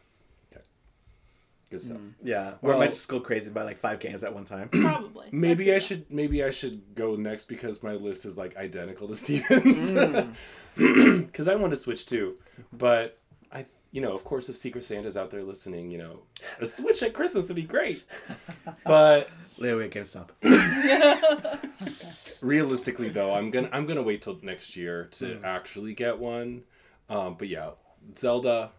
C: Mm-hmm.
A: Good stuff.
C: yeah. Or I
A: Well-
C: might just go crazy about like five games at one time.
D: Probably.
A: Maybe I
D: That's
A: should maybe I should go next because my list is like identical to Steven's. Cause I want to switch too. But I you know, of course if Secret Santa's out there listening, you know, a switch at Christmas would be great. But
C: Layaway at GameStop.
A: realistically though i'm gonna i'm gonna wait till next year to
C: Mm.
A: actually get one um but yeah zelda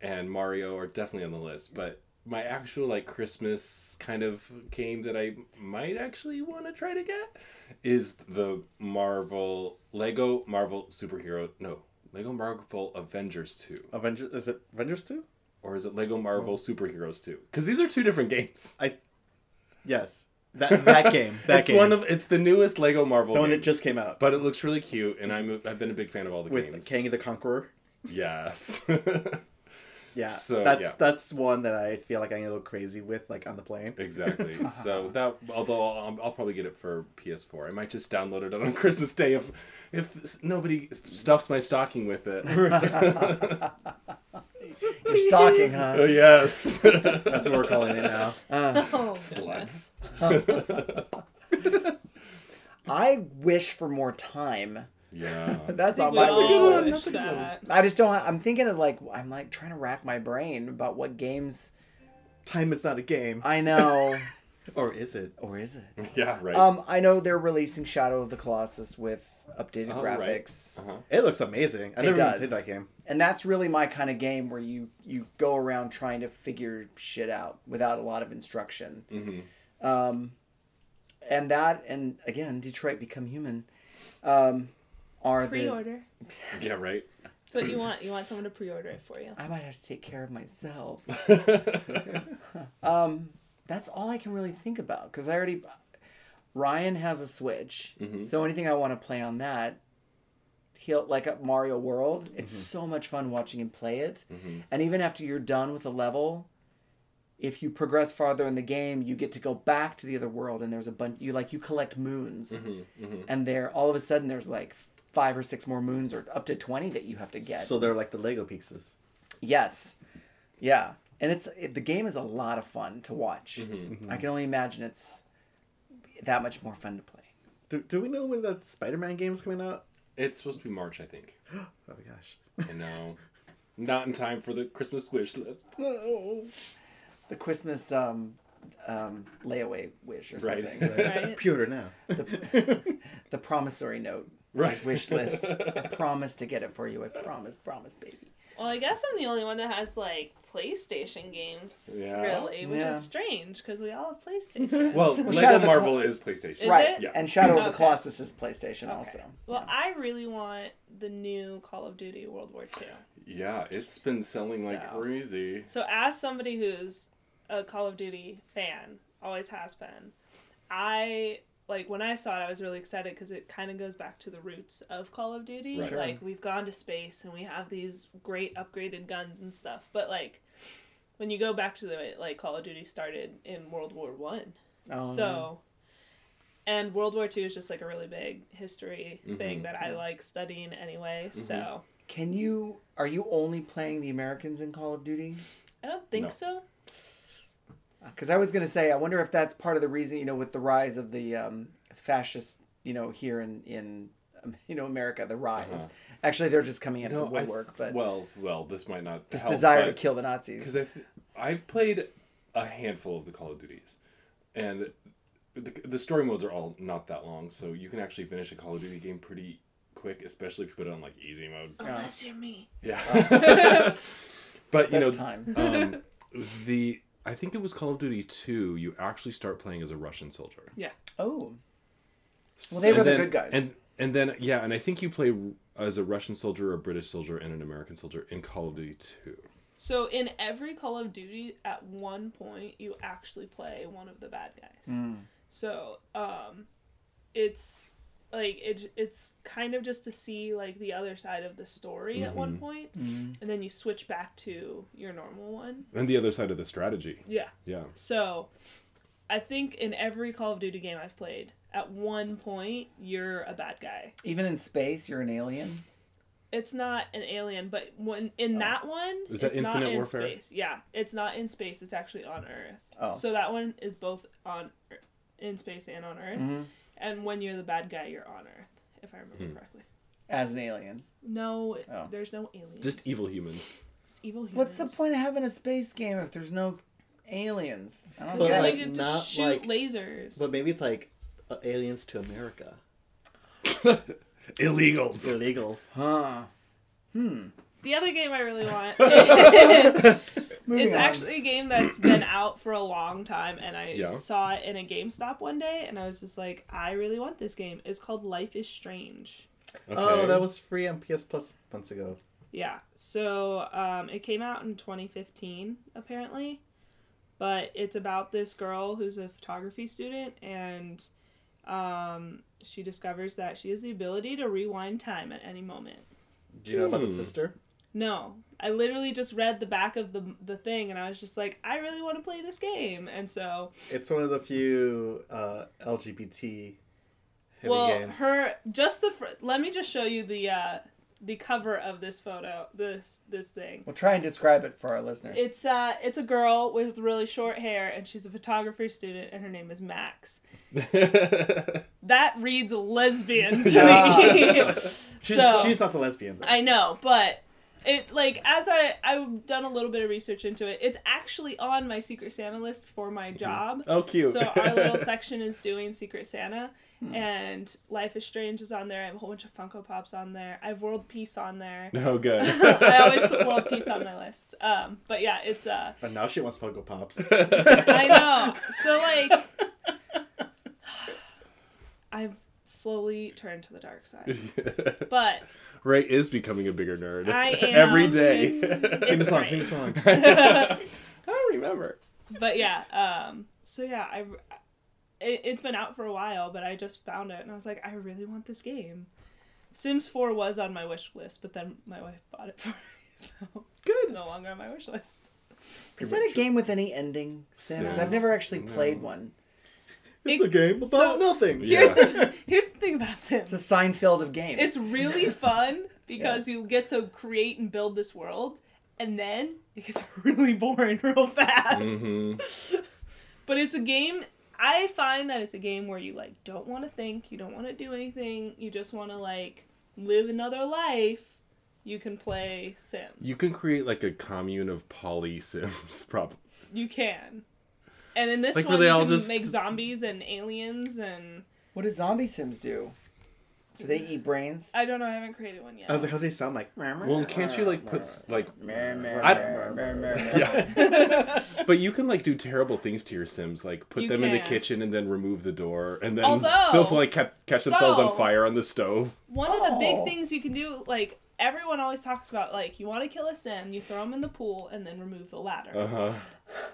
A: and mario are definitely on the list but my actual like christmas kind of game that i might actually want to try to get is the marvel lego marvel superhero no lego marvel avengers 2
C: Avengers is it Avengers two? Oh.
A: or is it lego marvel superheroes 2 because these are two different games
C: I Yes, that that game. That
A: it's
C: game.
A: one of it's the newest Lego Marvel.
C: the one
A: game,
C: that just came out.
A: but it looks really cute, and I'm I've been a big fan of all the
C: with
A: games.
C: King of the Conqueror.
A: Yes.
C: Yeah,
A: So,
C: that's
A: yeah.
C: that's one that I feel like I go crazy with, like on the plane.
A: exactly. So that although I'll, I'll probably get it for PS4. I might just download it on Christmas Day if if nobody stuffs my stocking with it.
B: You're stalking, huh?
A: Oh, yes.
C: That's what we're calling it now.
D: Oh, goodness.
A: Sluts.
B: I wish for more time.
A: Yeah.
B: That's
D: I
B: on
D: think
B: my
D: we all
B: wish list.
D: wish that.
B: I just don't. I'm thinking of like I'm like trying to rack my brain about what games
C: Time is not a game,
B: I know,
C: or is it?
B: or is it?
A: Yeah. Right.
B: Um, I know they're releasing Shadow of the Colossus with updated
A: Oh, right.
B: graphics,
A: uh-huh.
C: It looks amazing. I
B: It
C: never
B: does.
C: even played that game.
B: and that's really my kind of game where you you go around trying to figure shit out without a lot of instruction.
A: Mhm.
B: Um, and that, and again, Detroit Become Human, um, are the.
D: Pre-order.
A: Yeah. Right.
D: That's what you want. You want someone to pre-order it for you.
B: I might have to take care of myself. Um, that's all I can really think about because I already. Ryan has a Switch, so anything I want to play on that, he'll like uh, Mario World. It's so much fun watching him play it, and even after you're done with a level, if you progress farther in the game, you get to go back to the other world, and there's a bunch. You like you collect moons, and there all of a sudden there's like five or six more moons, or up to twenty that you have to get.
C: So they're like the Lego pieces.
B: Yes. Yeah. And it's it, the game is a lot of fun to watch.
A: Mm-hmm.
B: I can only imagine it's that much more fun to play.
C: Do, do we know when that Spider-Man game is coming out?
A: It's supposed to be March, I think.
C: Oh my gosh.
A: I know. Not in time for the Christmas wish list. No.
B: The Christmas um, um, layaway wish or
A: Right.
B: something.
D: Right?
C: Pewter now.
B: the promissory note
A: Right.
B: wish list. I promise to get it for you. I promise, promise, baby.
D: Well, I guess I'm the only one that has like PlayStation games,
A: Yeah.
D: really, which
B: Yeah.
D: is strange because we all have PlayStation.
A: Well,
B: Shadow
A: Lego
B: of the
A: Marvel is PlayStation.
D: Is
B: right.
D: it?
A: Yeah.
B: And Shadow of the
D: Okay.
B: Colossus is PlayStation also.
D: well, I really want the new Call of Duty World War II.
A: Yeah, it's been selling like
D: So.
A: crazy.
D: So, as somebody who's a Call of Duty fan, always has been, I like when I saw it, I was really excited because it kind of goes back to the roots of Call of Duty.
A: Right. Sure.
D: Like, we've gone to space and we have these great upgraded guns and stuff, but like when you go back to the way like Call of Duty started in World War One,
B: Oh,
D: so. And World War II is just like a really big history
A: Mm-hmm.
D: thing that I like studying anyway. So
B: Can you are you only playing the Americans in Call of Duty?
D: I don't think
A: No.
D: so.
B: Because I was going to say, I wonder if that's part of the reason, you know, with the rise of the um, fascist, you know, here in in um, you know America, the rise. Actually, they're just coming out of the
A: Uh-huh. I th-
B: woodwork, but
A: well, well, this might not.
B: this
A: help,
B: desire to
A: but-
B: kill the Nazis.
A: because I've I've played a handful of the Call of Duties, and the, the story modes are all not that long, so you can actually finish a Call of Duty game pretty quick, especially if you put it on like easy mode.
D: Unless you're me.
A: Yeah, but you
B: That's
A: know,
B: time.
A: um, the I think it was Call of Duty Two. You actually start playing as a Russian soldier.
D: Yeah.
B: Oh, Well, they were the good guys.
A: And and then yeah, and I think you play as a Russian soldier, a British soldier, and an American soldier in Call of Duty Two.
D: So in every Call of Duty, at one point you actually play one of the bad guys. So um, it's like it, it's kind of just to see like the other side of the story at one point, and then you switch back to your normal one.
A: And the other side of the strategy.
D: Yeah.
A: Yeah.
D: So I think in every Call of Duty game I've played, at one point you're a bad guy.
B: even in space, you're an alien.
D: It's not an alien, but when in that one,
A: Is that
D: it's not
A: Infinite
D: in
A: Warfare?
D: space. Yeah, it's not in space. It's actually on Earth.
B: Oh.
D: So that one is both on Ear- in space and on Earth.
B: Mm-hmm.
D: And when you're the bad guy, you're on Earth, if I remember
A: Hmm.
D: correctly.
B: As an alien,
D: No,
B: Oh.
D: there's no aliens.
A: Just evil humans.
D: Just evil humans.
B: what's the point of having a space game if there's no aliens? I don't
C: But,
D: Because then
B: get
D: they
C: like,
B: it.
D: get to
C: not
D: shoot
C: like-
D: lasers.
C: But maybe it's like uh, aliens to America.
A: Illegals.
C: Illegals.
B: Huh.
D: The other game I really want. it's
B: Moving on.
D: actually a game that's been out for a long time, and I
A: Yeah.
D: saw it in a GameStop one day, and I was just like, I really want this game. It's called Life is Strange.
A: Okay.
C: Oh, that was free on PS Plus months ago.
D: Yeah. So um, it came out in 2015, apparently. but it's about this girl who's a photography student and um, she discovers that she has the ability to rewind time at any moment.
C: Do you know about the
A: Hmm.
C: sister?
D: No, I literally just read the back of the the thing and I was just like, I really want to play this game, and so
C: It's one of the few uh, LGBT heavy
D: well,
C: games.
D: her just the fr- let me just show you the uh, the cover of this photo this this thing.
B: We'll try and describe it for our listeners.
D: It's uh, it's a girl with really short hair, and she's a photography student, and her name is Max. That reads lesbian to me.
C: She's,
D: so-
C: she's not the lesbian. Though.
D: I know, but it like as I I've done a little bit of research into it. It's actually on my Secret Santa list for
C: Mm-hmm.
D: my job.
A: oh, cute.
D: So our little section is doing Secret Santa,
C: Hmm.
D: and Life is Strange is on there. I have a whole bunch of Funko Pops on there. I have World Peace on there.
A: no Oh, good.
D: I always put World Peace on my lists. Um, but yeah, it's uh,
C: But now she wants Funko Pops.
D: I know. So like, I've slowly turned to the dark side, but
A: Ray is becoming a bigger nerd.
D: I am
A: every day.
D: It's-
C: sing the
D: it's
C: song,
D: great.
C: sing the song.
A: I don't remember.
D: but yeah um so yeah i it, it's been out for a while but i just found it and i was like i really want this game sims 4 was on my wish list but then my wife bought it for me so it's no longer on my wish list
B: Is that a game with any ending, Sims? I've never actually played one.
C: It's a game about
D: So-
C: nothing.
A: Yeah.
D: here's the, here's the thing about sims
B: It's a Seinfeld of games.
D: it's really fun because you get to create and build this world and then it gets really boring real fast
A: Mhm.
D: But it's a game. I find that it's a game where you like don't want to think, you don't want to do anything, you just want to like live another life. You can play Sims.
A: You can create like a commune of poly Sims, probably.
D: You can. And in this
A: Like, were
D: one,
A: they
D: you
A: all
D: can
A: just-
D: make zombies and aliens and
B: what do zombie Sims do? Do they eat brains?
D: I don't know. I haven't created one yet.
C: I was like, how do they sound like?
A: Well, can't you like put s- like I don't-
B: I
A: yeah. but you can like do terrible things to your Sims, like put
D: You
A: them in the
D: can.
A: kitchen and then remove the door, and then
D: Although-
A: they'll still, like ca- catch themselves
D: So-
A: on fire on the stove.
D: One of the
B: Oh.
D: big things you can do, like everyone always talks about, like you want to kill a sim, you throw them in the pool and then remove the ladder.
A: Uh huh.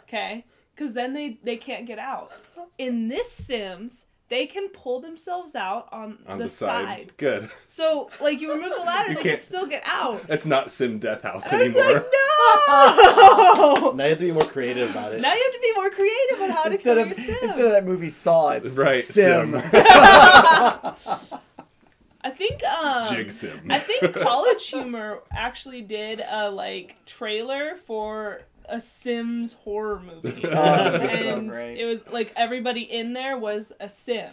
D: Okay? Because then they, they can't get out. In this Sims, they can pull themselves out on,
A: On
D: the, side.
A: Good.
D: So, like, you remove the ladder,
A: You
D: they can
A: can't-
D: still get out.
A: It's not Sim Death House
D: I was
A: anymore.
D: like, no!
C: Now you have to be more creative about it.
D: now you have to be more creative on how to
B: Instead
D: kill
B: of
D: your Sim.
B: instead of that movie Saw, it's
A: Right,
B: Sim.
A: Sim.
D: I think, um...
A: Jig Sim.
D: I think College Humor actually did a, like, trailer for a Sims horror movie.
B: Oh, that's so
D: and
B: great.
D: it was, like, everybody in there was a Sim.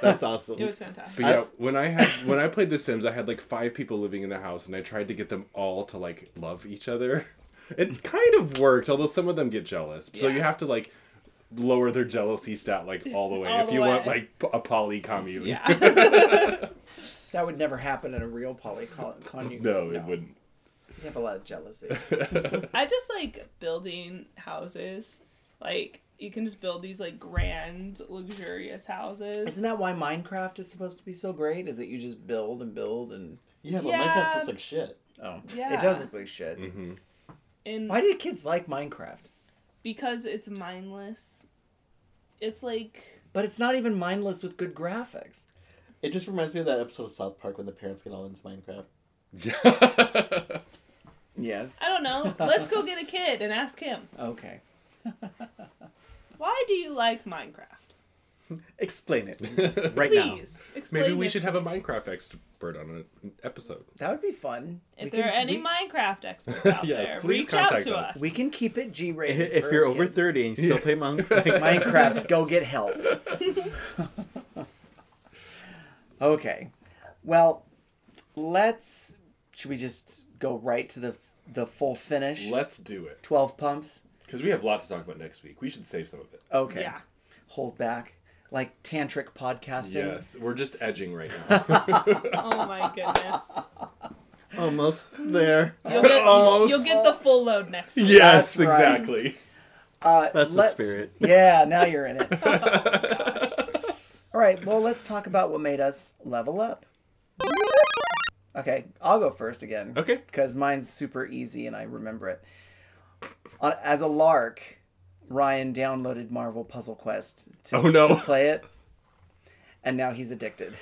C: That's awesome.
D: It was fantastic.
A: But yeah, when I had when I played The Sims, I had like five people living in the house, and I tried to get them all to like love each other. It kind of worked, although some of them get jealous. So you
D: Yeah.
A: have to like lower their jealousy stat like all the way
D: All
A: if
D: the
A: you want
D: way.
A: like p- a poly commune.
D: Yeah.
B: That would never happen in a real polycon.
A: No, it wouldn't.
B: You have a lot of jealousy.
D: I just like building houses. Like you can just build these like grand, luxurious houses.
B: Isn't that why Minecraft is supposed to be so great? Is that you just build and build and
C: yeah, but
D: Yeah.
C: Minecraft looks like shit.
B: oh, it
D: Yeah.
B: does look like shit.
A: Mm.
D: in
B: Why do kids like Minecraft?
D: because it's mindless? It's like
B: But it's not even mindless with good graphics.
C: It just reminds me of that episode of South Park when the parents get all into Minecraft.
B: Yes.
D: I don't know. Let's go get a kid and ask him.
B: Okay.
D: Why do you like Minecraft?
C: Explain it right now.
D: Please explain.
A: Maybe we
D: this
A: should
D: to
A: have
D: me.
A: a Minecraft expert on an episode.
B: That would be fun.
D: If
B: We
D: there
B: can-
D: are any
B: we,
D: Minecraft experts out
A: Yes,
D: there,
A: please
D: reach out
A: contact
D: to
A: us.
D: us.
B: we can keep it G rated.
C: If you're over 30 and you still play Minecraft,
B: Minecraft, go get help. okay. Well, let's. Should we just go right to the the full finish?
A: Let's do it
B: Twelve pumps.
A: because we have a lot to talk about next week. We should save some of it.
B: Okay.
D: Yeah.
B: Hold back, like tantric podcasting.
A: Yes, we're just edging right now.
D: Oh my goodness.
C: almost there.
D: You'll get,
A: Almost.
D: you'll get the full load next week.
A: yes,
B: That's right.
A: exactly.
B: Uh,
C: That's the
B: let's-
C: spirit.
B: Yeah, now you're in it. All right, well, let's talk about what made us level up. Okay, I'll go first again.
A: Okay.
B: Because mine's super easy and I remember it. On- As a lark, Ryan downloaded Marvel Puzzle Quest to,
A: Oh, no.
B: to play it, and now he's addicted.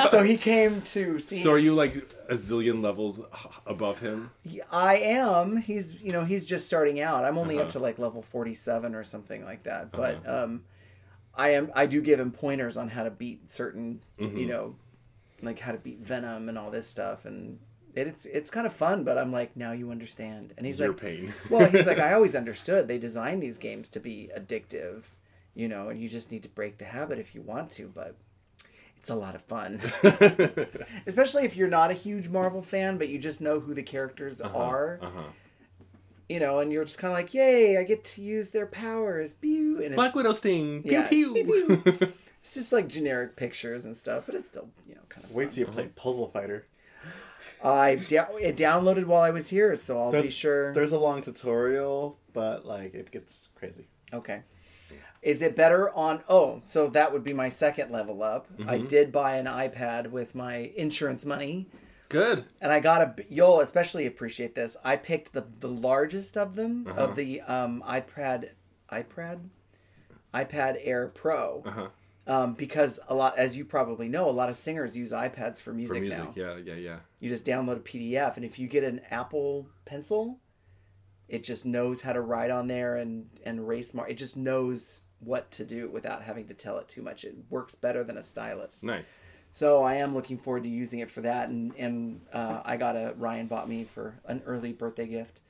B: so he came to see.
A: So are you like a zillion levels h- above him?
B: I am. He's you know he's just starting out. I'm only up
A: Uh-huh.
B: to like level 47 or something like that. But um, I am. I do give him pointers on how to beat certain
A: Mm-hmm.
B: you know, like how to beat Venom and all this stuff. And it, it's it's kind of fun. But I'm like now you understand. And he's
A: Your
B: like
A: pain.
B: well, he's like, I always understood they designed these games to be addictive, you know, and you just need to break the habit if you want to, but it's a lot of fun. Especially if you're not a huge Marvel fan, but you just know who the characters are,
A: Uh-huh.
B: you know, and you're just kind of like, yay, I get to use their powers. Pew. And it's,
A: Black Widow sting.
B: Yeah.
A: Pew pew.
B: it's just like generic pictures and stuff, but it's still, you know, kind of.
C: Wait till you play Puzzle Fighter.
B: I dou- it downloaded while I was here, so I'll be
C: There's-
B: sure.
C: There's a long tutorial, but like it gets crazy.
B: Okay. Is it better on? Oh, so that would be my second level up. I
A: Mm-hmm.
B: did buy an iPad with my insurance money,
A: Good.
B: and I got a. You'll especially appreciate this. I picked the the largest of them
A: Uh-huh.
B: of the um, iPad, iPad, iPad Air Pro,
A: Uh-huh.
B: um, because a lot, as you probably know, a lot of singers use iPads for music,
A: For music.
B: now.
A: Yeah, yeah, yeah.
B: You just download a PDF, and if you get an Apple Pencil, it just knows how to write on there and and race mark. It just knows what to do without having to tell it too much. It works better than a stylus.
A: Nice.
B: So I am looking forward to using it for that. And and uh, I got a Ryan bought me for an early birthday gift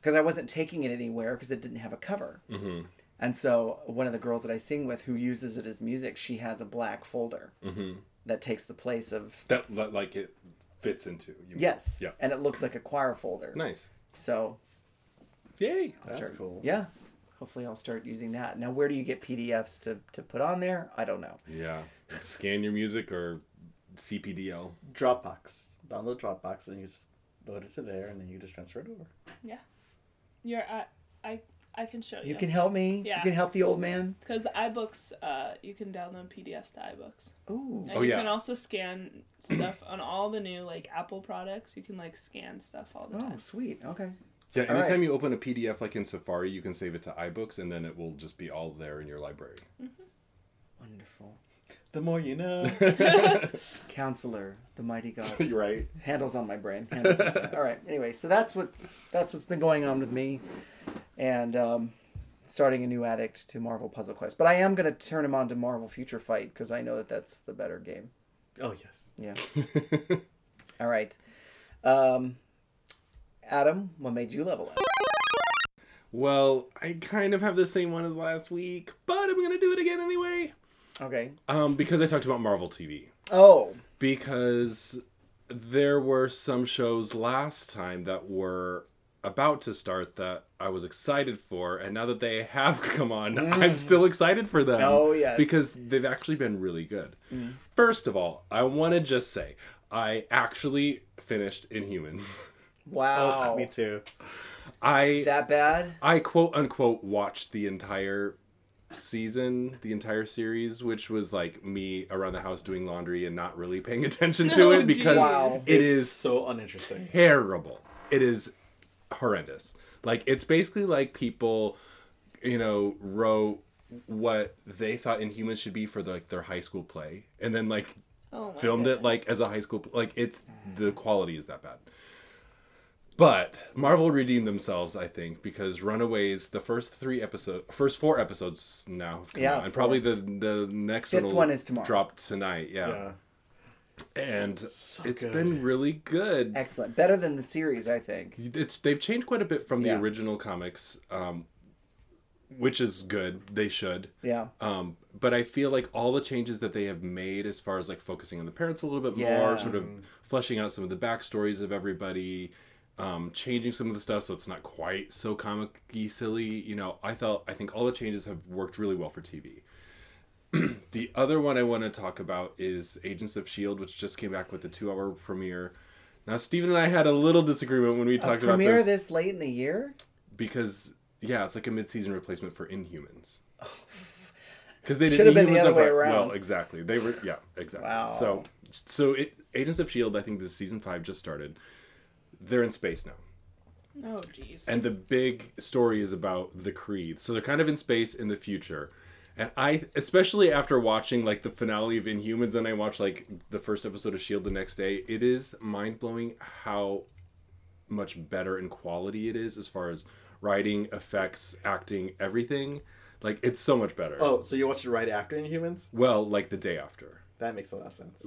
B: because I wasn't taking it anywhere because it didn't have a cover. Mm-hmm. And so one of the girls that I sing with who uses it as music, she has a black folder
A: Mm-hmm.
B: that takes the place of
A: That li- like it fits into. You mean.
B: Yes.
A: Yeah.
B: And it looks like a choir folder.
A: Nice.
B: So
A: Yay.
C: That's
B: start-
C: cool.
B: Yeah. Hopefully I'll start using that. Now where do you get PDFs to, to put on there? I don't know.
A: Yeah. Scan your music or CPDL.
C: Dropbox. Download Dropbox and you just load it to there and then you just transfer it over.
D: Yeah. You're I I I can show you.
B: You can help me.
D: Yeah.
B: You can help the old man.
D: Because iBooks, uh, you can download PDFs to iBooks.
B: Ooh.
D: And
A: Oh,
D: you
A: yeah.
D: can also scan stuff on all the new like Apple products. You can like scan stuff all the
B: Oh,
D: time.
B: sweet. Okay.
A: Yeah,
B: right.
A: anytime you open a PDF like in Safari, you can save it to iBooks and then it will just be all there in your library.
B: Wonderful.
C: The more you know.
B: Counselor, the mighty God.
A: You're right.
B: Handles on my brain. Handles my side. All right. Anyway, so that's what's that's what's been going on with me. And um starting a new addict to Marvel Puzzle Quest. But I am going to turn him on to Marvel Future Fight because I know that that's the better game.
C: oh yes.
B: Yeah. All right. Um, Adam, what made you level up?
A: Well, I kind of have the same one as last week, but I'm going to do it again anyway.
B: Okay.
A: Um, because I talked about Marvel TV.
B: Oh,
A: Because there were some shows last time that were about to start that I was excited for, and now that they have come on, I'm still excited for them.
B: Mm. Oh, yes. Mm.
A: Because they've actually been really good. First of all, I want to just say I actually finished Inhumans.
B: wow.
C: Oh, Me too.
A: I
B: that bad?
A: I quote unquote watched the entire season, the entire series, which was like me around the house doing laundry and not really paying attention to
D: No,
A: it because
B: Wow.
A: it
C: it's
A: is
C: so uninteresting.
A: terrible. It is horrendous. Like it's basically like people, you know, wrote what they thought Inhumans should be for like their high school play, and then like
D: Oh my
A: filmed
D: goodness.
A: it like as a high school like it's the quality is that bad but marvel redeemed themselves i think because runaways the first three episode first four episodes now have come
B: Yeah,
A: out, and
B: four.
A: probably the the next
B: Fifth
A: will
B: one is tomorrow.
A: drop tonight yeah,
C: Yeah.
A: and it's
C: So good.
A: been really good
B: Excellent. Better than the series, I think.
A: it's they've changed quite a bit from the
B: Yeah.
A: original comics um which is good they should
B: Yeah.
A: um, but I feel like all the changes that they have made, as far as like focusing on the parents a little bit
B: Yeah.
A: more, sort of fleshing out some of the backstories of everybody, um, changing some of the stuff so it's not quite so comic silly. You know, I felt I think all the changes have worked really well for TV. the other one I want to talk about is Agents of Shield, E which just came back with a two-hour premiere. Now, Steven and I had a little disagreement when we talked about
B: Premiere
A: this,
B: this. late in the year?
A: because yeah, it's like a mid-season replacement for Inhumans. Because they did
B: Oh, Should've been the
A: Inhumans
B: other
A: up
B: way
A: front.
B: around.
A: Well, exactly. They were yeah, exactly.
B: Wow.
A: So E so it, Agents of Shield, I think this is season five just started. They're in space now.
D: Oh, jeez.
A: and the big story is about the Creed. So they're kind of in space in the future. And I, especially after watching like the finale of Inhumans, and I watched like the first episode of Shield E the next day, it is mind blowing how much better in quality it is as far as writing, effects, acting, everything. Like it's so much better.
C: Oh, so you watched it right after Inhumans?
A: Well, like the day after.
C: That makes a lot of sense.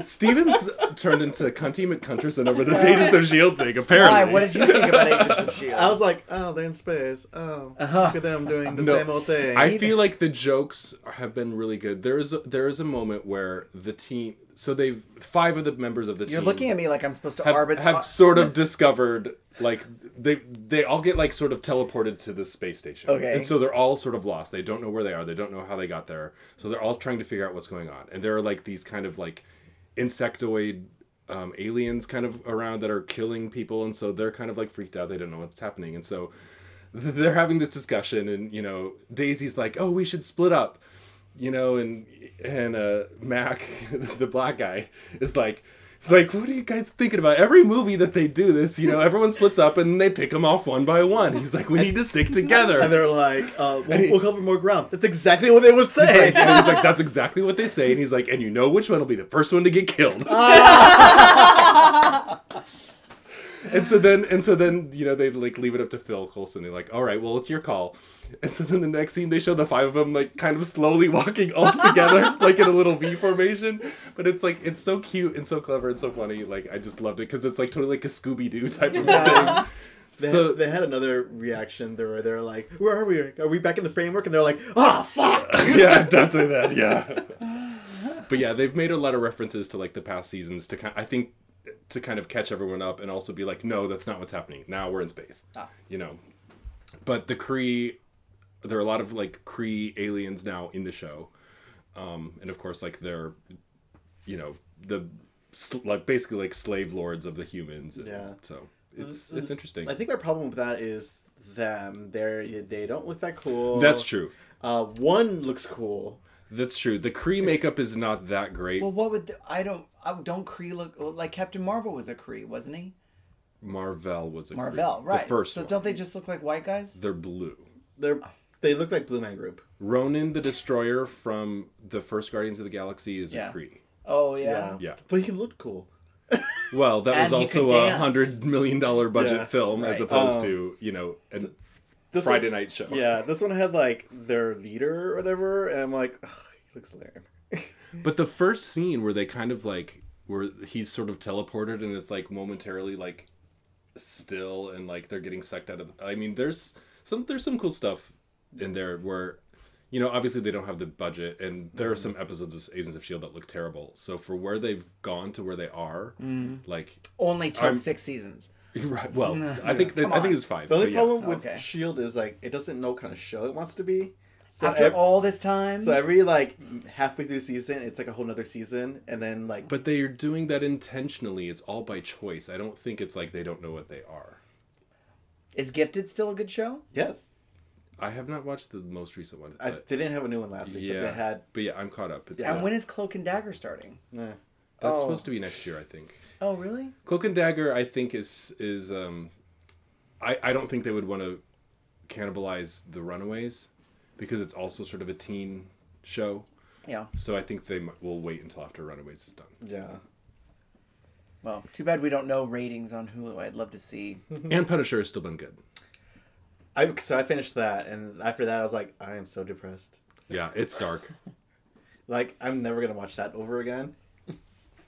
A: Stevens turned into Cunty McCunterson over this Agents of S.H.I.E.L.D. E thing, apparently.
B: Why? What did you think about Agents of S.H.I.E.L.D.?
C: I was like, oh, they're in space. Oh, look at them doing the
A: Uh-huh. No,
C: same old thing.
A: I feel like the jokes have been really good. There is a, there is a moment where the team, so they've five of the members of the
B: You're
A: team
B: looking at me like I'm supposed to
A: have,
B: arbit- ar-
A: have sort of discovered like they they all get like sort of teleported to the space station.
B: Okay.
A: And so they're all sort of lost. They don't know where they are. They don't know how they got there. So they're all trying to figure out what's going on. And there are like these kind of like insectoid um, aliens kind of around that are killing people and so they're kind of like freaked out. They don't know what's happening. And so they're having this discussion and you know daisy's like oh we should split up you know and and uh mac the black guy is like it's like what are you guys thinking about every movie that they do this you know everyone splits up and they pick them off one by one he's like we need to stick together
C: And they're like, uh, we'll, we'll cover more ground. That's exactly what they would say.
A: and he's like that's exactly what they say and he's like and you know which one will be the first one to get killed and so then and so then you know they like leave it up to phil colson they're like all right well it's your call and so then the next scene they show the five of them like kind of slowly walking all together like in a little v formation but it's like it's so cute and so clever and so funny like i just loved it because it's like totally like a scooby-doo type of
B: Uh,
C: They,
A: thing so
C: they had another reaction. They were, they were like, where are we? Are we back in the framework? And they're like, oh, fuck.
A: yeah, definitely that. Yeah. but yeah, they've made a lot of references to like the past seasons to kind. I think to kind of catch everyone up and also be like, no, that's not what's happening. Now we're in space.
B: Ah.
A: You know, but the Kree, there are a lot of like Kree aliens now in the show, um, and of course, like they're, you know, the sl- like basically like slave lords of the humans. and
C: Yeah.
A: So it's it's interesting.
C: I think my problem with that is them. They're, they don't look that cool.
A: that's true.
C: Uh, one looks cool.
A: That's true. The Kree makeup is not that great.
B: well, what would the, I don't I don't Kree look well, like Captain Marvel was a Kree, wasn't he?
A: Marvel was a Kree.
B: Marvel, right?
A: The first
B: so
A: one.
B: don't they just look like white guys?
A: They're blue.
C: They're, they look like Blue Man Group.
A: Ronan the Destroyer from the first Guardians of the Galaxy is
B: Yeah.
A: a Kree.
B: Oh yeah.
A: Yeah.
C: But he looked cool.
A: Well, that
B: And he
A: was also
B: could
A: a
B: dance.
A: hundred million dollar budget
C: Yeah.
A: film as
B: Right.
A: opposed
C: Um,
A: to you know a
C: This
A: Friday
C: one-
A: night show.
C: Yeah, this one had like their leader or whatever, and I'm like, "Ugh, he looks lame.
A: But the first scene where they kind of like where he's sort of teleported and it's like momentarily like still and like they're getting sucked out of. I mean, there's some there's some cool stuff in there where. You know, obviously they don't have the budget, and there
C: Mm-hmm.
A: are some episodes of Agents of Shield E that look terrible. So for where they've gone to where they are,
C: Mm.
A: like
B: Only took
A: I'm-
B: six seasons.
A: Right. Well, I think that,
B: come
A: I think
B: on.
A: it's five.
C: The only
A: but yeah.
C: problem with
B: Okay.
C: Shield E is like it doesn't know what kind of show it wants to be. So
B: After
C: ev-
B: all this time,
C: so every like halfway through season, it's like a whole nother season, and then like
A: But they are doing that intentionally. It's all by choice. I don't think it's like they don't know what they are.
B: is Gifted still a good show?
C: yes,
A: I have not watched the most recent one.
C: I,
A: But,
C: they didn't have a new one last week, but
A: yeah.
C: they had.
A: But yeah, I'm caught up. It's
C: Yeah.
A: good.
B: And when is Cloak and Dagger starting?
C: eh.
A: That's
B: oh.
A: supposed to be next year, I think.
B: Oh really?
A: Cloak and Dagger, I think is is um, I I don't think they would want to cannibalize the Runaways because it's also sort of a teen show.
B: Yeah.
A: So I think they might, will wait until after Runaways is done.
C: Yeah,
B: Well, too bad we don't know ratings on Hulu. I'd love to see.
C: Mm-hmm.
A: And Punisher has still been good.
C: I so I finished that, and after that, I was like, I am so depressed.
A: Yeah, it's dark.
C: Like I'm never gonna watch that over again.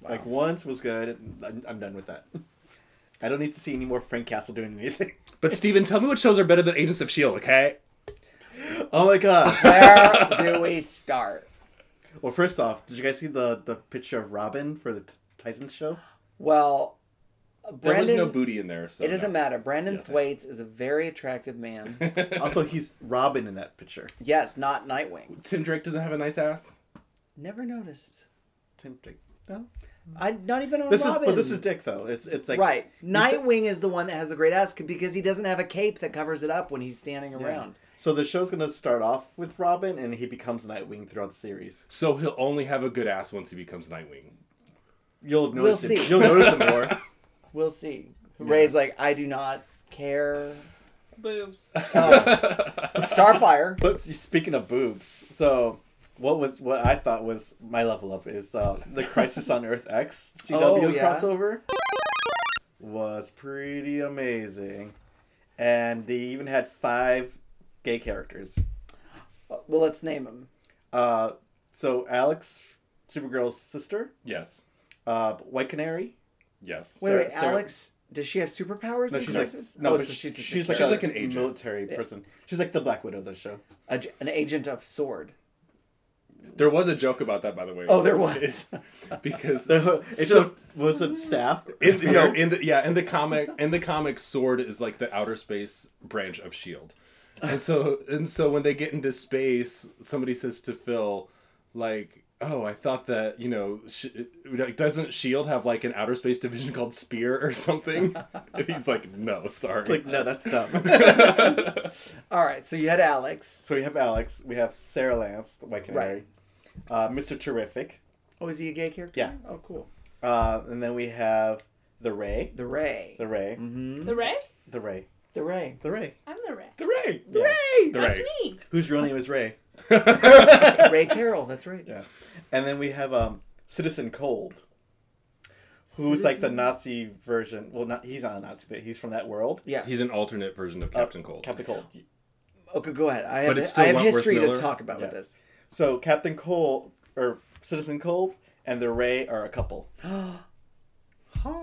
C: Like once was good. and I'm, I'm done with that. I don't need to see any more Frank Castle doing anything.
A: But Steven, tell me what shows are better than Agents of Shield, E okay?
C: Oh my god!
B: Where do we start?
C: well, first off, did you guys see the the picture of Robin for the T- Tyson show?
B: Well,
A: There
B: Brandon,
A: was no booty in there, so
B: it doesn't
A: no.
B: matter. Brandon
A: Yes.
B: Thwaites is a very attractive man.
C: Also, he's Robin in that picture.
B: yes, not Nightwing.
A: Tim Drake doesn't have a nice ass.
B: Never noticed.
C: Tim Drake. No.
B: I not even on
C: This
B: Robin.
C: is but this is Dick though. It's it's like
B: right. Nightwing is the one that has a great ass c- because he doesn't have a cape that covers it up when he's standing around.
C: So the show's gonna start off with Robin, and he becomes Nightwing throughout the series.
A: So he'll only have a good ass once he becomes Nightwing.
C: You'll notice
B: We'll
C: it.
B: see.
C: You'll notice it more.
B: We'll see. Ray's like, I do not care.
D: Boobs.
B: Starfire.
C: But speaking of boobs, so what was what I thought was my level up is uh, the Crisis on Earth X CW
B: Oh, yeah.
C: crossover was pretty amazing, and they even had five gay characters.
B: Well, let's name him.
C: Uh, so Alex, Supergirl's sister,
A: Yes.
C: uh, White Canary.
A: Yes.
B: Wait,
C: Sarah-
B: wait,
C: Sarah-
B: Alex. Does she have superpowers?
C: No,
B: in
C: she's
B: Crisis?
C: like no,
B: Oh,
C: but
B: so
C: she's,
B: just a
C: she's like
A: She's
C: a
A: like an agent.
C: military person. She's like the Black Widow of the show.
B: a g- an agent of sword.
A: There was a joke about that, by the way.
B: Oh, there was.
A: because
C: It's so, was it staff?
A: It's you know in the yeah in the comic in the comic sword is like the outer space branch of shield, and so and so when they get into space, somebody says to Phil, like, oh, I thought that you know, sh- like, doesn't Shield have like an outer space division called Spear or something? and he's like, no, sorry.
C: like no, that's dumb.
B: All right, so you had Alex.
C: so we have Alex, we have Sarah Lance, the White Canary, uh, Mr. Terrific,
B: Oh, is he a gay character?
C: Yeah.
B: Oh, cool.
C: uh, and then we have the Ray,
B: The Ray.
C: the Ray,
B: Mm-hmm.
D: The Ray?
C: the Ray,
B: The Ray.
C: the Ray,
D: I'm the Ray.
A: the Ray.
C: the Ray,
A: The
D: That's
A: Ray.
D: me.
C: whose real name is Ray.
B: Ray Terrell. That's right.
C: Yeah, and then we have um, Citizen Cold, who's like the
B: Citizen-
C: Nazi version. Well, not he's not a Nazi, but he's from that world.
B: Yeah.
A: He's an alternate version of Captain Cold.
C: Uh, Captain Cold.
B: Okay, go ahead. I have,
A: it's still
B: I have
A: Wentworth
B: history
A: Miller.
B: to talk about with
C: Yeah.
B: this.
C: So Captain Cold or Citizen Cold and the Ray are a couple.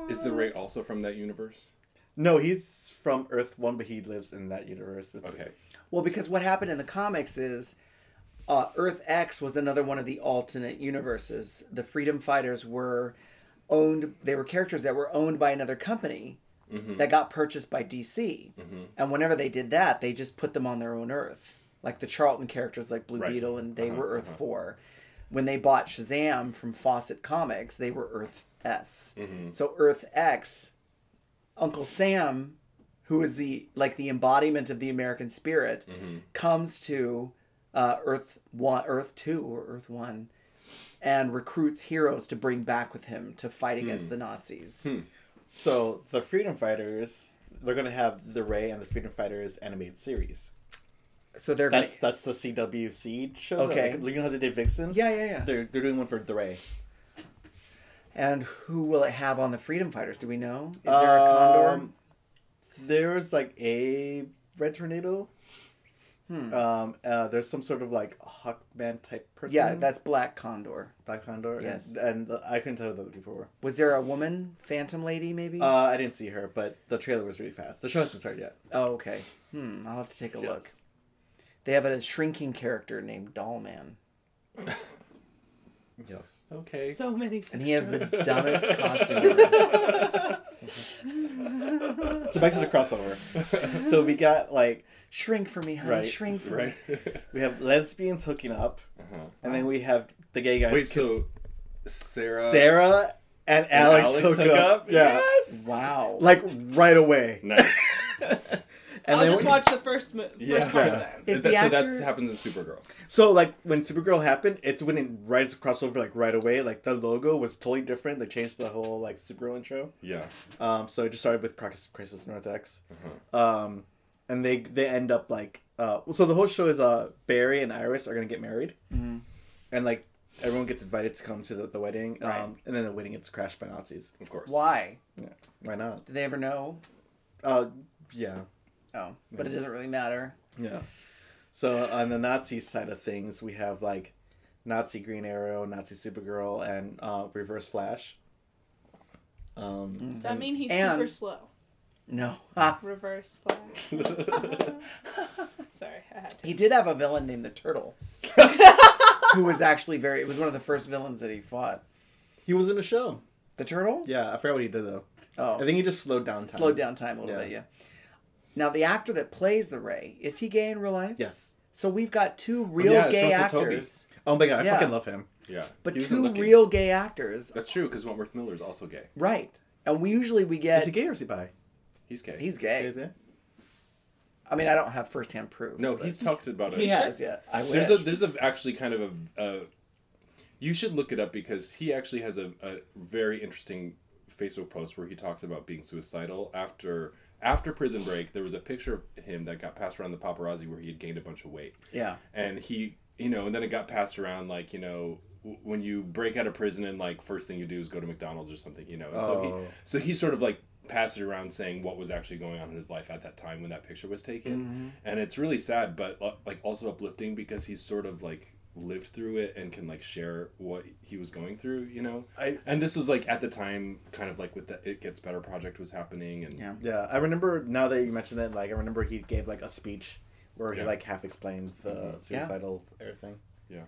A: is the Ray also from that universe?
C: No, he's from Earth One, but he lives in that universe. It's,
A: Okay.
B: Well, because what happened in the comics is uh, Earth X was another one of the alternate universes. The Freedom Fighters were owned, they were characters that were owned by another company
A: Mm-hmm.
B: that got purchased by DC. And whenever they did that, they just put them on their own Earth. Like the Charlton characters, like Blue
A: Right. Uh-huh,
B: Beetle, and they were Earth 4. When they bought Shazam from Fawcett Comics, they were Earth S.
A: Mm-hmm.
B: So Earth X, Uncle Sam who is the like the embodiment of the American spirit,
C: Mm-hmm.
B: comes to uh, Earth One, Earth Two, or Earth One, and recruits heroes to bring back with him to fight
C: Hmm.
B: against the Nazis.
C: So the Freedom Fighters, they're gonna have the Ray and the Freedom Fighters animated series.
B: So they're gonna,
C: That's that's the CW Seed show.
B: Okay.
C: Like, you know how they did Vixen?
B: yeah, yeah, yeah.
C: They're they're doing one for the Ray.
B: and who will it have on the Freedom Fighters? Do we know? Is there a Condor?
C: Um, There's like a Red Tornado.
B: Hmm.
C: Um, uh, there's some sort of like Hawkman type person.
B: yeah, that's Black Condor.
C: Black Condor.
B: Yes.
C: and, and I couldn't tell who the other people were.
B: Was there a woman Phantom Lady maybe?
C: Uh, I didn't see her, but the trailer was really fast. The show hasn't started yet.
B: oh, okay. Hmm. I'll have to take a look. They have a shrinking character named Dollman,
C: Yes.
A: Okay.
D: So many
B: and he has the dumbest costume. ever.
C: So back to the crossover. so we got like
B: Shrink for me, honey.
C: Right,
B: Shrink for
A: Right.
B: me.
C: we have lesbians hooking up,
A: Uh-huh.
C: and then we have the gay guys.
A: Wait.
C: kiss-
A: So Sarah.
C: Sarah and Alex,
A: Alex
C: hook
A: hook
C: up.
A: up?
C: Yeah.
B: Wow.
C: Like right away.
A: Nice.
C: And
D: I'll
C: then
D: just
C: we-
D: watch the first, mo- first
A: Yeah.
D: part
C: Yeah.
D: then.
B: Is
A: That-
B: the
A: so
B: actor-
A: that happens in Supergirl.
C: So like when Supergirl happened, it's when it right it's a crossover like right away. Like the logo was totally different. They changed the whole like Supergirl intro.
A: Yeah.
C: Um, so it just started with Crisis, Crisis North X, um, and they they end up like uh, so the whole show is uh Barry and Iris are gonna get married,
B: Mm-hmm.
C: and like everyone gets invited to come to the, the wedding, um, and then the wedding gets crashed by Nazis.
A: Of course.
B: Why?
C: Yeah. Why not?
B: Do they ever know?
C: Uh, yeah,
B: Oh, but it doesn't really matter.
C: yeah. So on the Nazi side of things, we have like Nazi Green Arrow, Nazi Supergirl, and uh, Reverse Flash. Um,
B: Mm.
D: Does that mean he's
B: And-
D: super slow?
B: No. Ah,
D: Reverse flash. Sorry, I had to.
B: he did have a villain named the Turtle, who was actually very. It was one of the first villains that he fought.
C: he was in the show.
B: The Turtle.
C: Yeah, I forgot what he did though.
B: Oh,
C: I think he just slowed down time.
B: slowed down time a little
C: Yeah.
B: bit. Yeah. Now the actor that plays the Ray is he gay in real life?
C: Yes.
B: So we've got two real
A: yeah, it's
B: gay
A: Russell Tovey.
B: actors,
C: Oh my god, I
B: Yeah.
C: fucking love him.
A: Yeah.
B: but
A: He was in
B: two
A: Looking.
B: real gay actors,
A: That's true because Wentworth Miller is also gay.
B: right? And we usually we get
C: Is he gay or is he bi?
A: He's gay.
B: he's gay.
C: Is he?
B: I mean, I don't have firsthand proof.
A: no.
B: but-
A: He's talked about it.
B: he has. Yeah, I wish.
A: There's a there's a actually kind of a, a you should look it up because he actually has a, a very interesting Facebook post where he talks about being suicidal after after prison break. There was a picture of him that got passed around the paparazzi where he had gained a bunch of weight
B: Yeah.
A: and he you know and then it got passed around like you know w- when you break out of prison and like first thing you do is go to mcdonald's or something you know and so he
C: Oh.
A: so he sort of like passed it around saying what was actually going on in his life at that time when that picture was taken
C: Mm-hmm.
A: and it's really sad but uh, like also uplifting because he's sort of like lived through it and can like share what he was going through you know
C: I-
A: and this was like at the time kind of like with the it gets better project was happening and
B: Yeah.
C: Yeah, I remember now that you mentioned it. Like, I remember he gave like a speech where
A: Yeah. Mm-hmm.
C: he like half explained the suicidal air thing.
A: yeah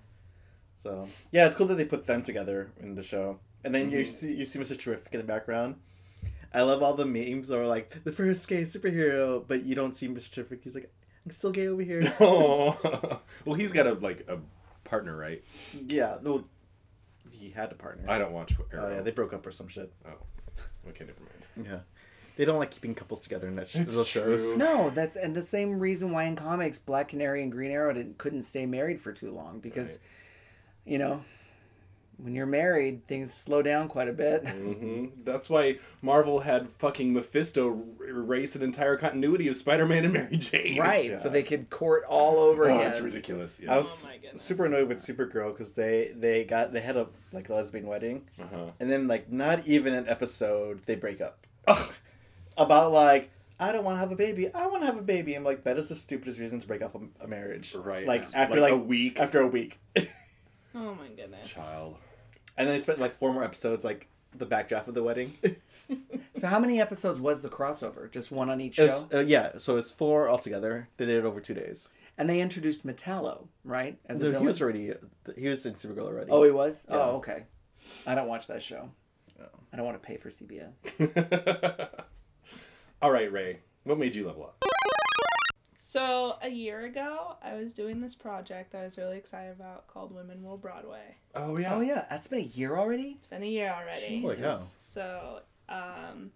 C: So yeah, it's cool that they put them together in the show, and then
A: Mm-hmm.
C: you see you see Mr. Terrific in the background. I love all the memes that are like the first gay superhero, but you don't see Mr. Terrific. He's like, I'm still gay over here.
A: oh well he's got a like a partner right
C: yeah, well, he had a partner.
A: i don't watch Arrow.
C: Oh yeah, they broke up or some shit.
A: Oh, okay, never mind.
C: Yeah, they don't like keeping couples together in that sh-
A: It's
C: those shows.
A: true.
B: No, that's and the same reason why in comics Black Canary and Green Arrow didn't, couldn't stay married for too long because, you know, when you're married, things slow down quite a bit.
A: Mm-hmm. That's why Marvel had fucking Mephisto r- erase an entire continuity of Spider-Man and Mary Jane.
B: Right, so they could court all over
A: Oh,
B: again.
A: that's ridiculous. Yes.
C: I was
D: Oh my goodness.
C: super annoyed with Supergirl because they they got they had a like lesbian wedding,
A: Uh-huh.
C: and then like not even an episode they break up. About like I don't want to have a baby. I want to have a baby. I'm like that is the stupidest reason to break off a, a marriage.
A: Right.
C: Like
A: It's
C: after
A: like
C: like,
A: a week.
C: After a week, and
D: Oh my goodness.
A: Child.
C: then they spent like four more episodes like the backdraft of the wedding.
B: So how many episodes was the crossover? Just one on each show?
C: It's- uh, yeah, so it's four altogether. They did it over two days.
B: And they introduced Metallo, right? As
C: So
B: a
C: he
B: villain.
C: was already he was in Supergirl already.
B: oh, he was. Oh, okay. I don't watch that show. I don't want to pay for CBS.
A: All right, Ray. What made you level up?
D: So a year ago, I was doing this project that I was really excited about called Women Will Broadway.
A: Oh yeah.
B: Oh yeah, that's been a year already.
D: It's been a year already.
C: Holy cow.
D: So um,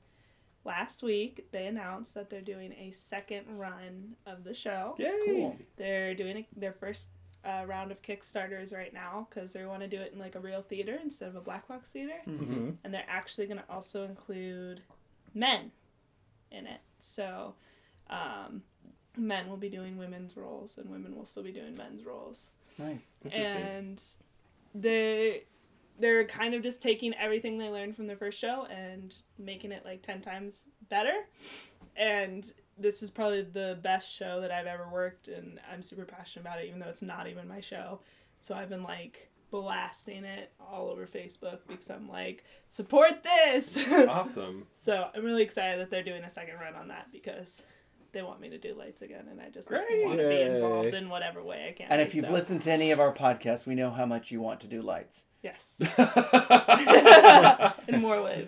D: last week they announced that they're doing a second run of the show.
A: Yay.
B: Cool.
D: They're doing a, their first uh, round of Kickstarters right now because they want to do it in like a real theater instead of a black box theater,
C: Mhm.
D: and they're actually going to also include men in it. So um, men will be doing women's roles, and women will still be doing men's roles
B: Nice.
A: Interesting.
D: and they they're kind of just taking everything they learned from the first show and making it like 10 times better and this is probably the best show that i've ever worked and i'm super passionate about it even though it's not even my show so i've been like blasting it all over facebook because i'm like support this
A: Awesome.
D: so i'm really excited that they're doing a second run on that because they want me to do lights again and i just
A: Great.
D: want to be
C: Yay.
D: involved in whatever way i can
B: And if
D: be,
B: you've
D: so-
B: listened to any of our podcasts, we know how much you want to do lights.
D: yes
A: well,
D: in more ways.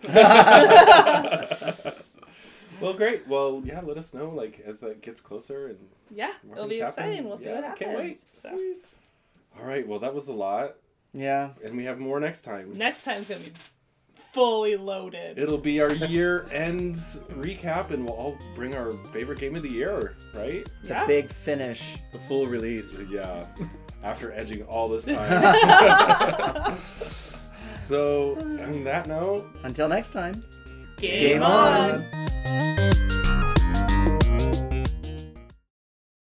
A: great. Well, yeah. Let us know like as that gets closer and
D: yeah,
A: more
D: it'll
A: things
D: be
A: happen.
D: exciting. We'll see
A: Yeah,
D: what happens.
A: Can't wait.
D: So,
A: Sweet. All right. Well, that was a lot,
B: Yeah.
A: and we have more next time.
D: next time's gonna be fully loaded.
A: It'll be our year end recap, and we'll all bring our favorite game of the year, right?
B: The
D: Yeah.
B: big finish.
C: The full release.
A: Yeah. After edging all this time. so, on that note,
B: Until next time.
D: Game,
B: Game on.
D: on.